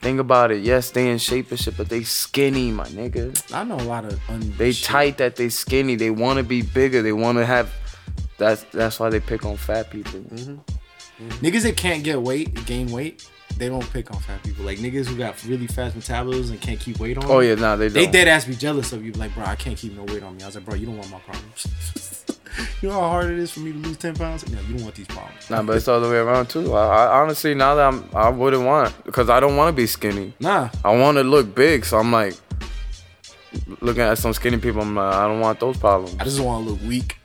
Think about it. Yes, they in shape and shit, but they skinny, my nigga.
I know a lot of un-
They
shit.
tight that they skinny. They want to be bigger. They want to have. That's that's why they pick on fat people.
niggas that can't get weight, gain weight. They don't pick on fat people. Like niggas who got really fast metabolism and can't keep weight on.
Oh yeah, nah, they
They
don't.
dead ass be jealous of you. Like, bro, I can't keep no weight on me. I was like, bro, you don't want my problems. you know how hard it is for me to lose ten pounds. No, you don't want these problems.
Nah, but it's all the way around too. I, I honestly now that I'm, I wouldn't want because I don't want to be skinny.
Nah,
I want to look big, so I'm like looking at some skinny people. I'm like, I don't want those problems.
I just want to look weak.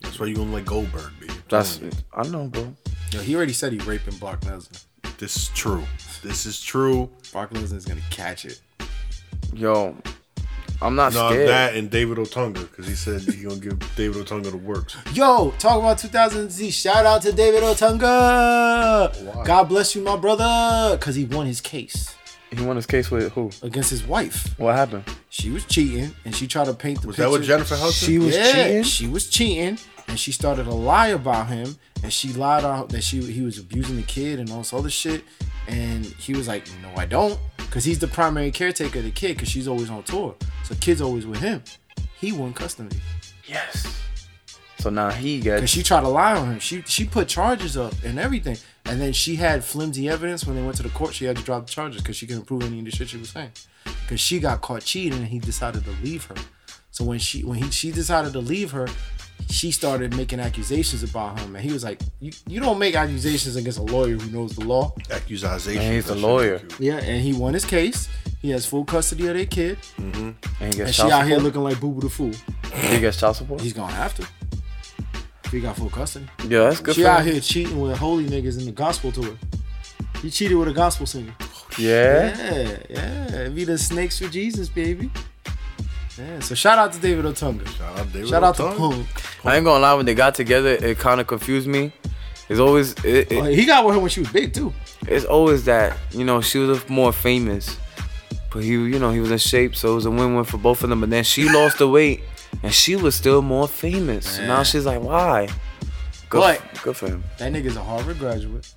That's why you gonna let Goldberg be.
That's I don't know, bro.
Yo, he already said he raping Brock Lesnar.
This is true. This is true.
Brock Lesnar's gonna catch it.
Yo, I'm not
No,
scared.
that and David Otunga, because he said he gonna give David Otunga the works.
Yo, talk about 2000 Z. Shout out to David Otunga.
Why?
God bless you, my brother, because he won his case
He won his case with who?
against his wife.
What happened?
She was cheating, and she tried to paint the
Was
picture.
that with Jennifer Hudson?
She was
yeah,
cheating.
She was cheating, and she started a lie about him, and she lied out that she he was abusing the kid and all this other shit. And he was like, "No, I don't," because he's the primary caretaker of the kid, because she's always on tour, so kid's always with him. He won custody
Yes. So now he
because
got.
she tried to lie on him. She she put charges up and everything, and then she had flimsy evidence when they went to the court. She had to drop the charges because she couldn't prove any of the shit she was saying, because she got caught cheating and he decided to leave her. So when she when he she decided to leave her, she started making accusations about him, and he was like, "You you don't make accusations against a lawyer who knows the law."
Accusation.
And he's a lawyer.
Yeah, and he won his case. He has full custody of their kid,
And he
and
gets
she
child
out here
support.
looking like Boo Boo the fool.
He gets child support.
He's gonna have to. If he got full custody.
Yeah, that's good.
she
for
out
him.
here cheating with holy niggas in the gospel tour. He cheated with a gospel singer.
Yeah.
Yeah, yeah. It be the snakes for Jesus, baby. Yeah. So shout out to David Otunga.
Shout out, David
Shout out to
Otunga.
Punk.
I ain't gonna lie. When they got together, it kind of confused me. It's always it, it-
Oh, he got with her when she was big too.
it's always that you know she was more famous, but he you know he was in shape, so it was a win win for both of them. But then she lost the weight, and she was still more famous. Now she's like, why? Good,
But-
good for him.
That nigga's a Harvard graduate.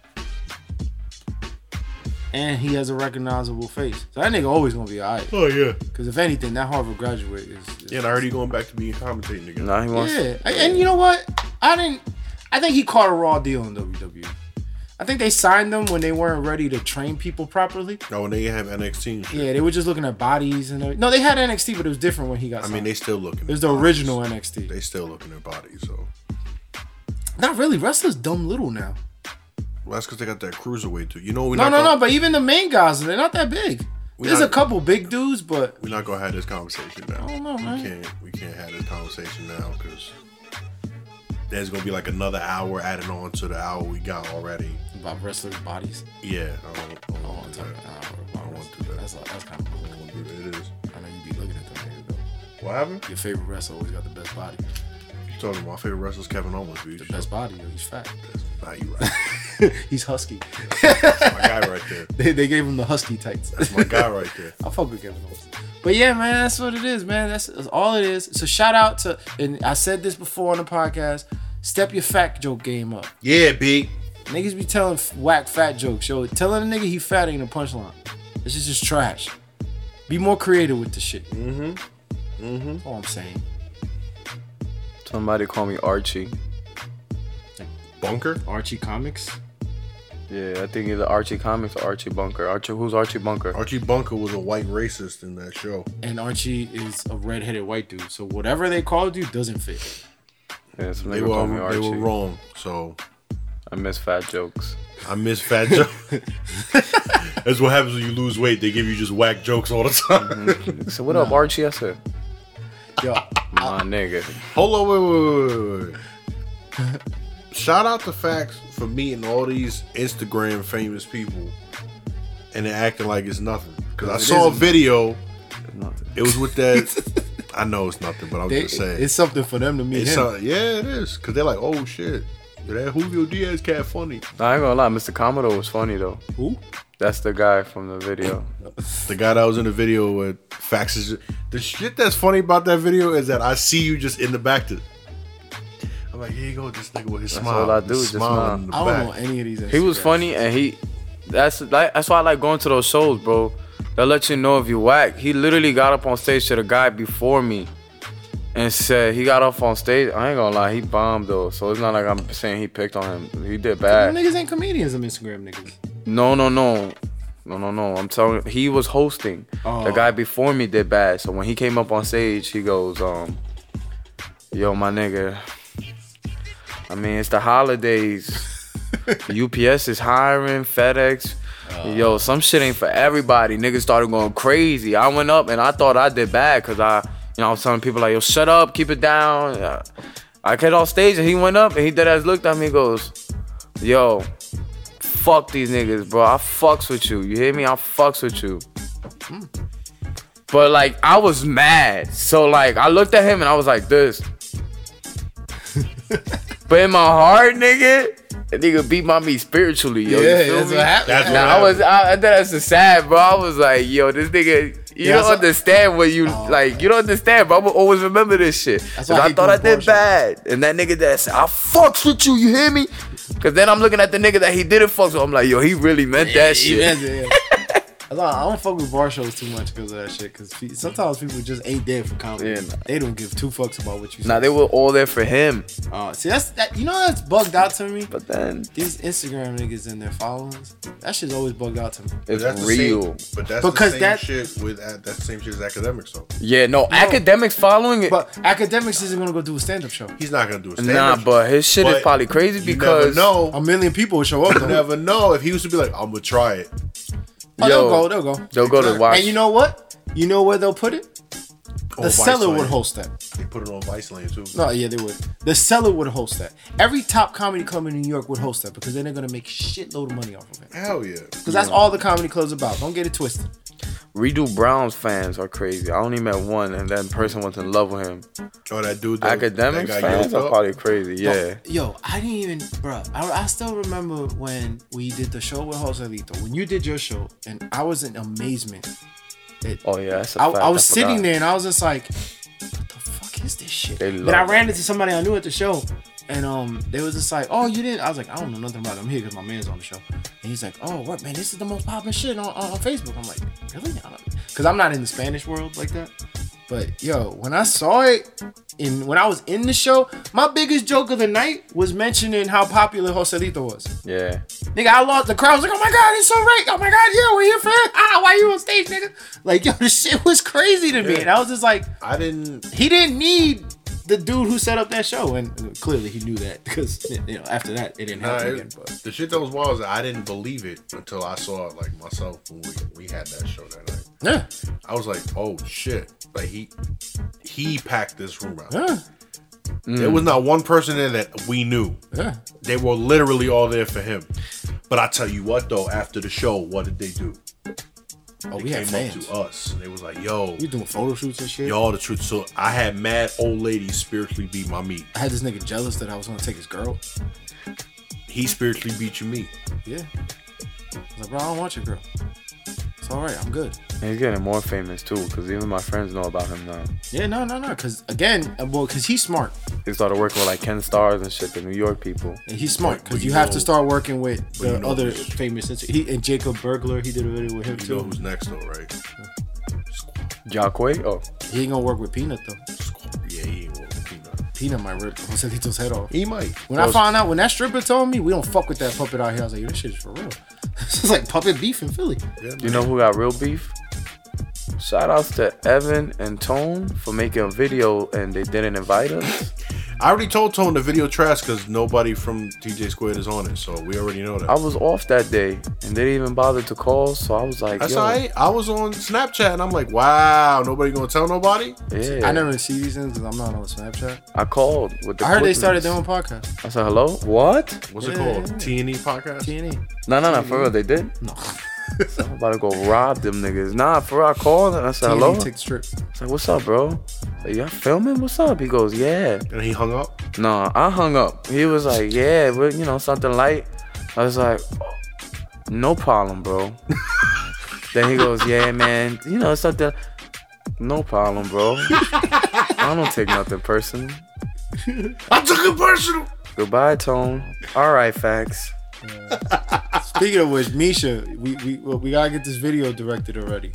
And he has a recognizable face. So that nigga always gonna be alright.
Oh yeah.
Cause if anything, that Harvard graduate is, is
Yeah, and I already going back to being commentating again.
Now he wants.
Yeah, and- and you know what? I didn't. I think he caught a raw deal in WWE. I think they signed them when they weren't ready to train people properly.
No, and they have NXT. And shit.
Yeah, they were just looking at bodies and everything. no, they had NXT, but it was different when he got.
I
signed.
mean, they still looking.
it was
at
the
bodies.
original NXT.
They still looking at bodies. So
Not really. Wrestlers dumb little now.
well, that's because they got that cruiserweight too. You know, we're
No,
not
no,
gonna,
no. But even the main guys, they're not that big.
We
There's
not-
a couple big dudes, but
We're not gonna have this conversation now.
I don't know, man.
We can't. We can't have this conversation now because there's gonna be like another hour added on to the hour we got already.
about wrestlers' bodies.
Yeah, I don't, I don't
I
want
want
to
to
do
talk.
that.
I don't want to do that. That's, that's kind of cool.
It is.
I know you be looking at them niggas though.
What happened?
Your favorite wrestler always got the best body.
You talking about my favorite wrestler's Kevin Owens,
The
bitch.
best body. Yo, he's fat.
Nah, you right.
he's husky.
That's my guy right there.
They, they gave him the husky tights.
That's my guy right there.
I fuck with Kevin Owens. But yeah, man, that's what it is, man. That's, that's all it is. So shout out to, and I said this before on the podcast. Step your fat joke game up.
Yeah, B.
Niggas be telling f- whack fat jokes. Yo, telling a nigga he fat ain't a punchline. This is just trash. Be more creative with the shit. Mm-hmm. Mm-hmm. That's all I'm saying.
Somebody call me Archie.
Bunker.
Archie Comics.
Yeah, I think either Archie Comics or Archie Bunker. Archie, who's Archie Bunker?
Archie Bunker was a white racist in that show.
And Archie is a redheaded white dude. So whatever they called you doesn't fit.
Yeah, some
They
nigga call me
were, they
Archie.
were wrong. So
I miss fat jokes.
I miss fat Joe. That's what happens when you lose weight. They give you just whack jokes all the time.
Mm-hmm.
So what up, Archie? I said,
Yo,
my nigga.
Hold on, wait, wait, wait, wait, wait. Shout out to Facts for meeting all these Instagram famous people and they're acting like it's nothing. Because I
It
saw a
isn't.
video.
Nothing.
It was with that. I know it's nothing, but I'm
they,
just saying.
it's something for them to meet
It's
him.
not- yeah, it is. Because they're like, oh shit. That Julio Diaz cat funny.
I ain't gonna lie, Mr. Commodore was funny though.
Who?
That's the guy from the video.
The guy that was in the video with Facts is. The shit that's funny about that video is that I see you just in the back. To, I'm like, here you go, this nigga with his
That's
smile.
all I do,
his
just smile.
in the
I don't
back.
know any of these.
He was
Instagrams.
funny and he that's like that's why I like going to those shows, bro. That let you know if you whack. He literally got up on stage to the guy before me and said he got off on stage. I ain't gonna lie, he bombed though. So it's not like I'm saying he picked on him. He did
Them
bad.
niggas ain't comedians. Them Instagram niggas.
No, no, no. No, no, no. I'm telling he was hosting. The
Oh.
guy before me did bad. So when he came up on stage, he goes, um, yo, my nigga. I mean, it's the holidays. UPS is hiring, FedEx. Yo, some shit ain't for everybody. Niggas started going crazy. I went up and I thought I did bad because I, you know, I was telling people like, yo, shut up, keep it down. Uh, I get off stage and he went up and he dead ass looked at me and goes, yo, fuck these niggas, bro. I fucks with you. You hear me? I fucks with you. But like I was mad. So like I looked at him and I was like this. but in my heart, nigga, that nigga beat my meat spiritually, yo. you feel me?
That's what
Nah, I
happened.
was I, I thought that's so sad, bro. I was like, yo, this nigga, you
Yeah,
don't
that's-
understand what you
Oh.
like. You don't understand, bro. I will always remember this shit.
That's
Cause
why
I
he
thought I
grew
did
partial.
bad, and that nigga that said, I fucks with you. You hear me? Cause then I'm looking at the nigga that he didn't fuck with. I'm like, yo, he really meant that shit.
Yeah, yeah, yeah. I don't- I don't fuck with bar shows too much because of that shit. Because sometimes people just ain't there for comedy.
Yeah, nah.
They don't give two fucks about what you.
Nah,
say.
they were all there for him.
Uh, see, that's that. You know that's bugged out to me.
But then
These Instagram niggas and their followings. That shit's always bugged out to me.
it's
That's the same-
real.
but that's
Because
the same
that-
shit with uh, that's the same shit as academics though.
Yeah, no, academics following it.
But academics isn't gonna go do a stand up show.
He's not gonna do a stand
nah, but his shit is
But
probably crazy
you
because
never
A
know.
million people would show up.
You
though.
never know if he used to be like, I'm gonna try it.
Oh, they'll
Yo.
go. They'll go.
they'll go to watch.
And you know what? You know where they'll put it?
Oh,
The
Vice
seller
Land.
would host that.
They put it on Vice Land too.
No, yeah, they would. The seller would host that. Every top comedy club in New York would host that because then they're gonna make shitload of money off of it.
Hell yeah.
Because that's all the comedy club's about. Don't get it twisted.
Redo Brown's fans are crazy. I only met one, and that person was in love with him.
Oh, that dude. That,
Academics
that guy
fans
yoked
are
up.
probably crazy. Yeah.
Yo, I didn't even, bruh. I, I still remember when we did the show with Jose Lito. When you did your show, and I was in amazement.
Oh yeah, that's a
I,
fact.
I was
forgot.
sitting there and I was just like, what the fuck is this shit?
They
Then
love
I ran
it.
into somebody I knew at the show. And um, they was just like, oh, you didn't. I was like, I don't know nothing about it. I'm here because my man's on the show. And he's like, oh, what, man? This is the most popular shit on, on, on Facebook. I'm like, really? Because I'm not in the Spanish world like that. But yo, when I saw it, in when I was in the show, my biggest joke of the night was mentioning how popular Joselito was.
Yeah.
Nigga, I lost the crowd. I was like, oh my god, it's so right. Oh my god, yeah, we're here for it. Ah, why you on stage, nigga? Like, yo, this shit was crazy to me. And I was just like,
I didn't.
he didn't need the dude who set up that show. And clearly he knew that because, you know, after that, it didn't
Nah,
happen
it-
again. But
the shit that was wild is that I didn't believe it until I saw it like myself when we, we had that show that night.
yeah,
I was like, oh shit! Like he he packed this room out.
yeah,
There was not one person there that we knew.
yeah.
They were literally all there for him. But I tell you what though, after the show, what did they do?
Oh,
They
we had
came up
fans.
to us and they was like, yo,
We doing photo shoots and shit.
y'all the truth. So I had mad old ladies spiritually beat my meat.
I had this nigga jealous that I was gonna take his girl.
He spiritually beat your meat.
Yeah. I was like, bro, I don't want your girl. It's all right. I'm good.
And he's getting more famous too, because even my friends know about him now.
Yeah, no, no, no. Because again, uh, well, because he's smart.
He started working with like Ken Stars and shit, the New York people.
And he's smart
But
because
you
you have
know-
to start working with
but
the
you know
other
who's-
famous. He and Jacob Burglar, he did a video with him
You know
too.
who's next though, right?
Jacque? Oh.
He ain't gonna work with Peanut though.
Yeah, he ain't want to keep that.
Peanut might rip Jose Lito's head off.
He might.
When I found out, when that stripper told me we don't fuck with that puppet out here, I was like, yo, this shit is for real. It's like puppet beef in Philly.
Yeah,
You know who got real beef? Shout outs to Evan and Tone for making a video and they didn't invite us.
I already told Tone the video trash because nobody from TJ Squared is on it, so we already know that.
I was off that day and they didn't even bother to call, so I was like,
That's
yo,
all right. I was on Snapchat and I'm like, wow, nobody gonna tell nobody?
yeah.
I never see these things because I'm not on Snapchat.
I called with the.
I heard they started their
clippings.
own podcast.
I said hello. What?
What's it
Yeah,
called?
yeah, yeah.
T and E podcast?
TNE.
No, no, no. For real, they did.
No.
So I'm about to go rob them niggas. Nah, for real, I called and I said hello.
TNE takes trip.
I said, what's up, bro? Like, Y'all filming? What's up? He goes, yeah.
And he hung up.
No, I hung up. He was like, yeah, but you know, something light. I was like, no problem, bro. then he goes, yeah, man, you know, something, no problem, bro. I don't take nothing personal.
I took it personal.
Goodbye, Tone. All right, facts.
Speaking of which, Misha, we we well, we gotta get this video directed already.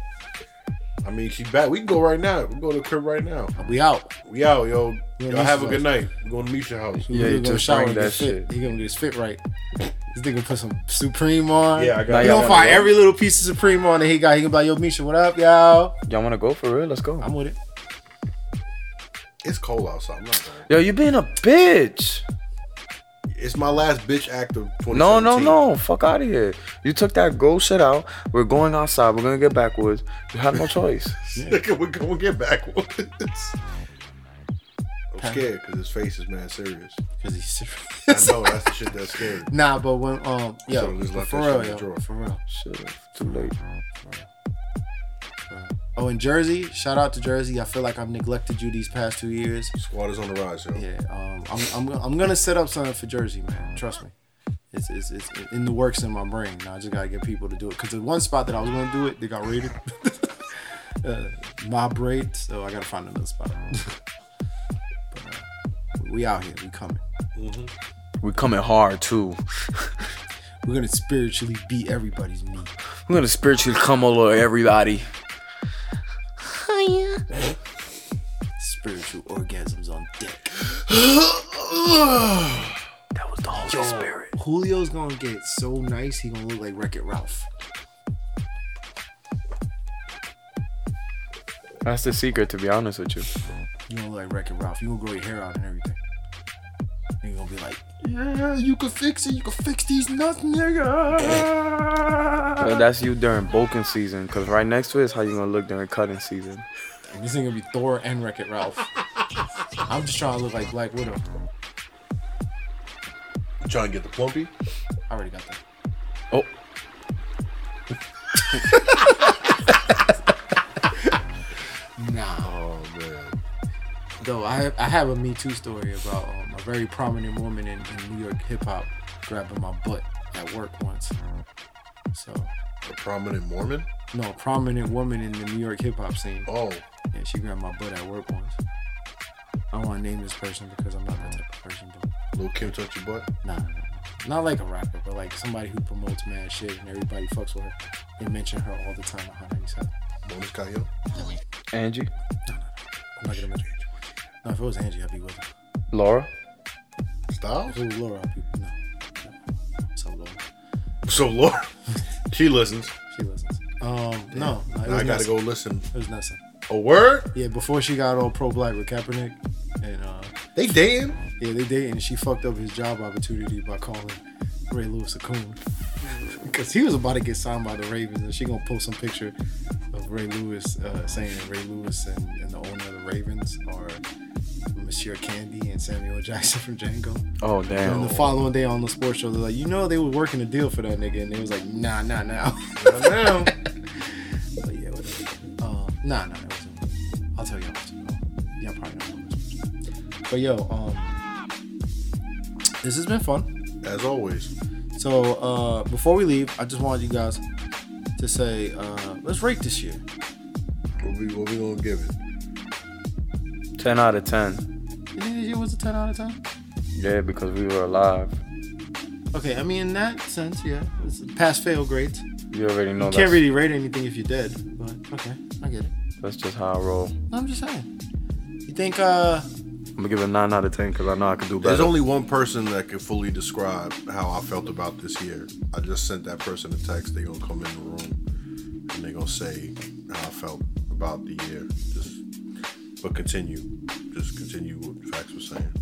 I mean, she back. We can go right now. We can go to the crib right now.
We out.
We out, yo.
Yeah,
Y'all have a
Misha's
good night. We're going to Misha's house.
He
Yeah,
really
you
gonna
just
shower
bring
and
that
get fit.
shit.
He gonna get his fit right. This nigga put some Supreme on.
Yeah, I got
Now
You
it.
y'all
gonna
wanna
find
go?
every little piece of Supreme on that he got. He gonna be like, yo, Misha, what up, y'all?
Y'all wanna go for real? Let's go.
I'm with it.
It's cold outside. I'm not going.
Yo, you being a bitch.
It's my last bitch act of 2017.
No, no, no. Fuck out of here. You took that go shit out. We're going outside. We're gonna get backwards. You have no choice.
Nigga, we're going to get backwards. I'm scared because his face is mad serious.
Cause he's
I know that's the shit that's scary.
Nah, but when um
So
yo,
just left
for
that
real,
shit in the
yo,
drawer.
for real.
shit, it's too late.
Oh, in Jersey, shout out to Jersey. I feel like I've neglected you these past two years.
Squad is on the rise, yo.
Yeah, um, I'm, I'm, I'm gonna set up something for Jersey, man. Trust me, it's, it's, it's in the works in my brain. Now I just gotta get people to do it. Cause the one spot that I was gonna do it, they got raided. uh, mob raid, so I gotta find another spot. But, uh, we out here, we coming.
We coming hard too.
We're gonna spiritually beat everybody's meat.
We're gonna spiritually come all over everybody.
Spiritual orgasms on deck.
That was the Holy Spirit.
Julio's gonna get so nice, he gonna look like Wreck It Ralph.
That's the secret, to be honest with you.
You gonna look like Wreck It Ralph. You gonna grow your hair out and everything. And you gonna be like,
Yeah, you can fix it. You can fix these nuts,
Well,
nigga.
that's you during bulking season, cause right next to it is how you gonna look during cutting season.
This ain't gonna be Thor and Wreck It Ralph. I'm just trying to look like Black Widow.
Trying to get the plumpy.
I already got that.
Oh,
Nah.
Oh man.
Though I I have a Me Too story about um, a very prominent woman in, in New York hip hop grabbing my butt at work once. So
A prominent Mormon?
no, a prominent woman in the New York hip hop scene.
Oh.
Yeah, she grabbed my butt at work once. I don't want to name this person because I'm not that type of person, but
Lil Kim touch your butt?
Nah, nah, nah. not like a rapper, but like somebody who promotes mad shit and everybody fucks with her. They mention her all the time on Hot 97.
Bonus Coyote?
Angie,
I'm not gonna mention her. No, if it was Angie, I'd be with her.
Laura.
Styles?
If it was Laura, I'd be no. So Laura,
So Laura. She listens.
she listens. Um, no, no, it
I
was
gotta
Nessa.
go listen.
It was Nessa.
A word?
Yeah, before she got all pro black with Kaepernick, and uh,
They dating?
yeah, they dated, and she fucked up his job opportunity by calling Ray Lewis a coon. Because he was about to get signed by the Ravens, and she gonna post some picture of Ray Lewis uh, saying that Ray Lewis and, and the owner of the Ravens are Monsieur Candy and Samuel Jackson from Django.
Oh
And
damn.
the following day on the sports show, they're like, you know, they were working a deal for that nigga, and they was like, nah, nah, nah.
Not now.
but yeah, whatever. Um, nah, nah, it wasn't. I'll tell y'all. After. Y'all probably don't know this. But yo, um, this has been fun.
As always.
So uh, before we leave, I just wanted you guys to say uh, let's rate this year.
What we what we gonna give it?
Ten out of ten.
You think this year was a ten out of ten?
Yeah, because we were alive.
Okay, I mean in that sense, yeah, it's a pass fail grades.
You already know.
You
that's,
can't really rate anything if you're dead, but okay, I get it.
That's just how I roll.
No, I'm just saying. You think uh,
I'm gonna give it a nine out of ten because I know I can do better.
There's only one person that can fully describe how I felt about this year. I just sent that person a text. They gonna come in the room and they gonna say how I felt about the year. Just but continue. Just continue what facts were saying.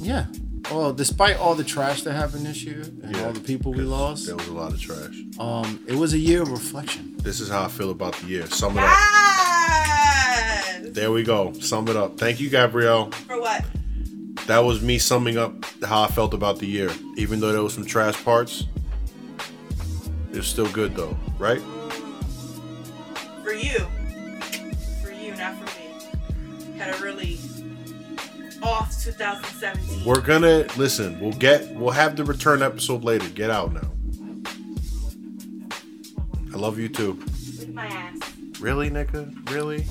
Yeah. Well, despite all the trash that happened this year and all the people we lost,
There was a lot of trash.
um, it was a year of reflection.
This is how I feel about the year. Sum it up.
Yes!
There we go. Sum it up. Thank you, Gabrielle.
For what?
That was me summing up how I felt about the year. Even though there was some trash parts, it's still good though, right?
For you. For you, not for me. Had a really off 2017.
We're gonna listen. We'll get. We'll have the return episode later. Get out now. I love you too.
With my ass.
Really, nigga? Really?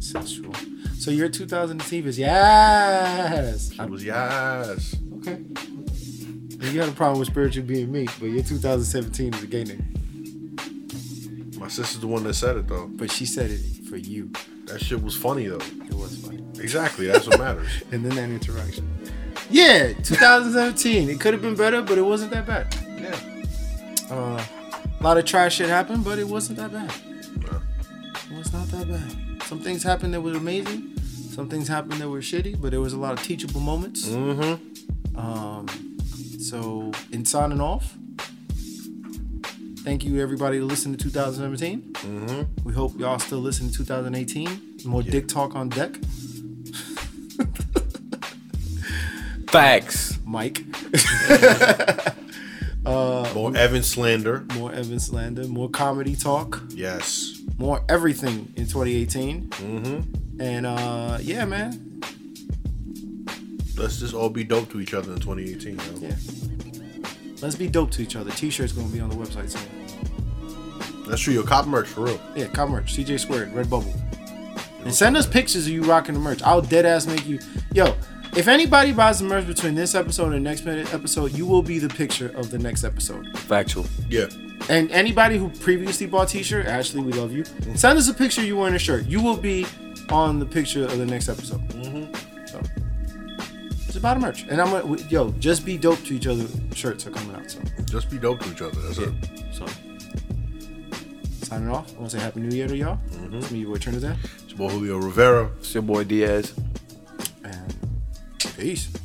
Sensual. So your 2010 is yes.
It was yes.
Okay. You got a problem with spiritual being meek, but your 2017 is a gay nigga.
My sister's the one that said it though.
But she said it for you.
That shit was funny though.
It was funny.
Exactly. That's what matters.
And then that interaction. Yeah, 2017. It could have been better, but it wasn't that bad.
yeah.
Uh, a lot of trash shit happened, but it wasn't that bad.
Yeah.
It was not that bad. Some things happened that were amazing. Some things happened that were shitty, but there was a lot of teachable moments.
Mm-hmm.
Um, so, in signing off, thank you everybody who listened to 2017.
Mm-hmm.
We hope y'all still listen to 2018. More dick talk on deck,
Facts.
Mike.
More Evan slander.
More Evan slander. More comedy talk.
Yes.
More everything in 2018.
Mm-hmm.
And uh, yeah, man.
Let's just all be dope to each other in 2018. Yo.
Yeah. Let's be dope to each other. T-shirt's gonna be on the website soon.
That's true. Your cop merch for real.
Yeah, cop merch. CJ Squared, Redbubble. And send us pictures of you rocking the merch. I'll dead ass make you. Yo, if anybody buys the merch between this episode and next minute episode, you will be the picture of the next episode.
Factual.
Yeah.
And anybody who previously bought T-shirt, Ashley, we love you. Send us a picture of you wearing a shirt. You will be on the picture of the next episode. So just buy the merch. And I'm gonna yo, just be dope to each other. Shirts are coming out. So
Just be dope to each other. That's it.
so signing off. I want to say Happy New Year to y'all. It's me, your boy Trinidad,
It's your boy Julio Rivera.
It's your boy Diaz.
and peace.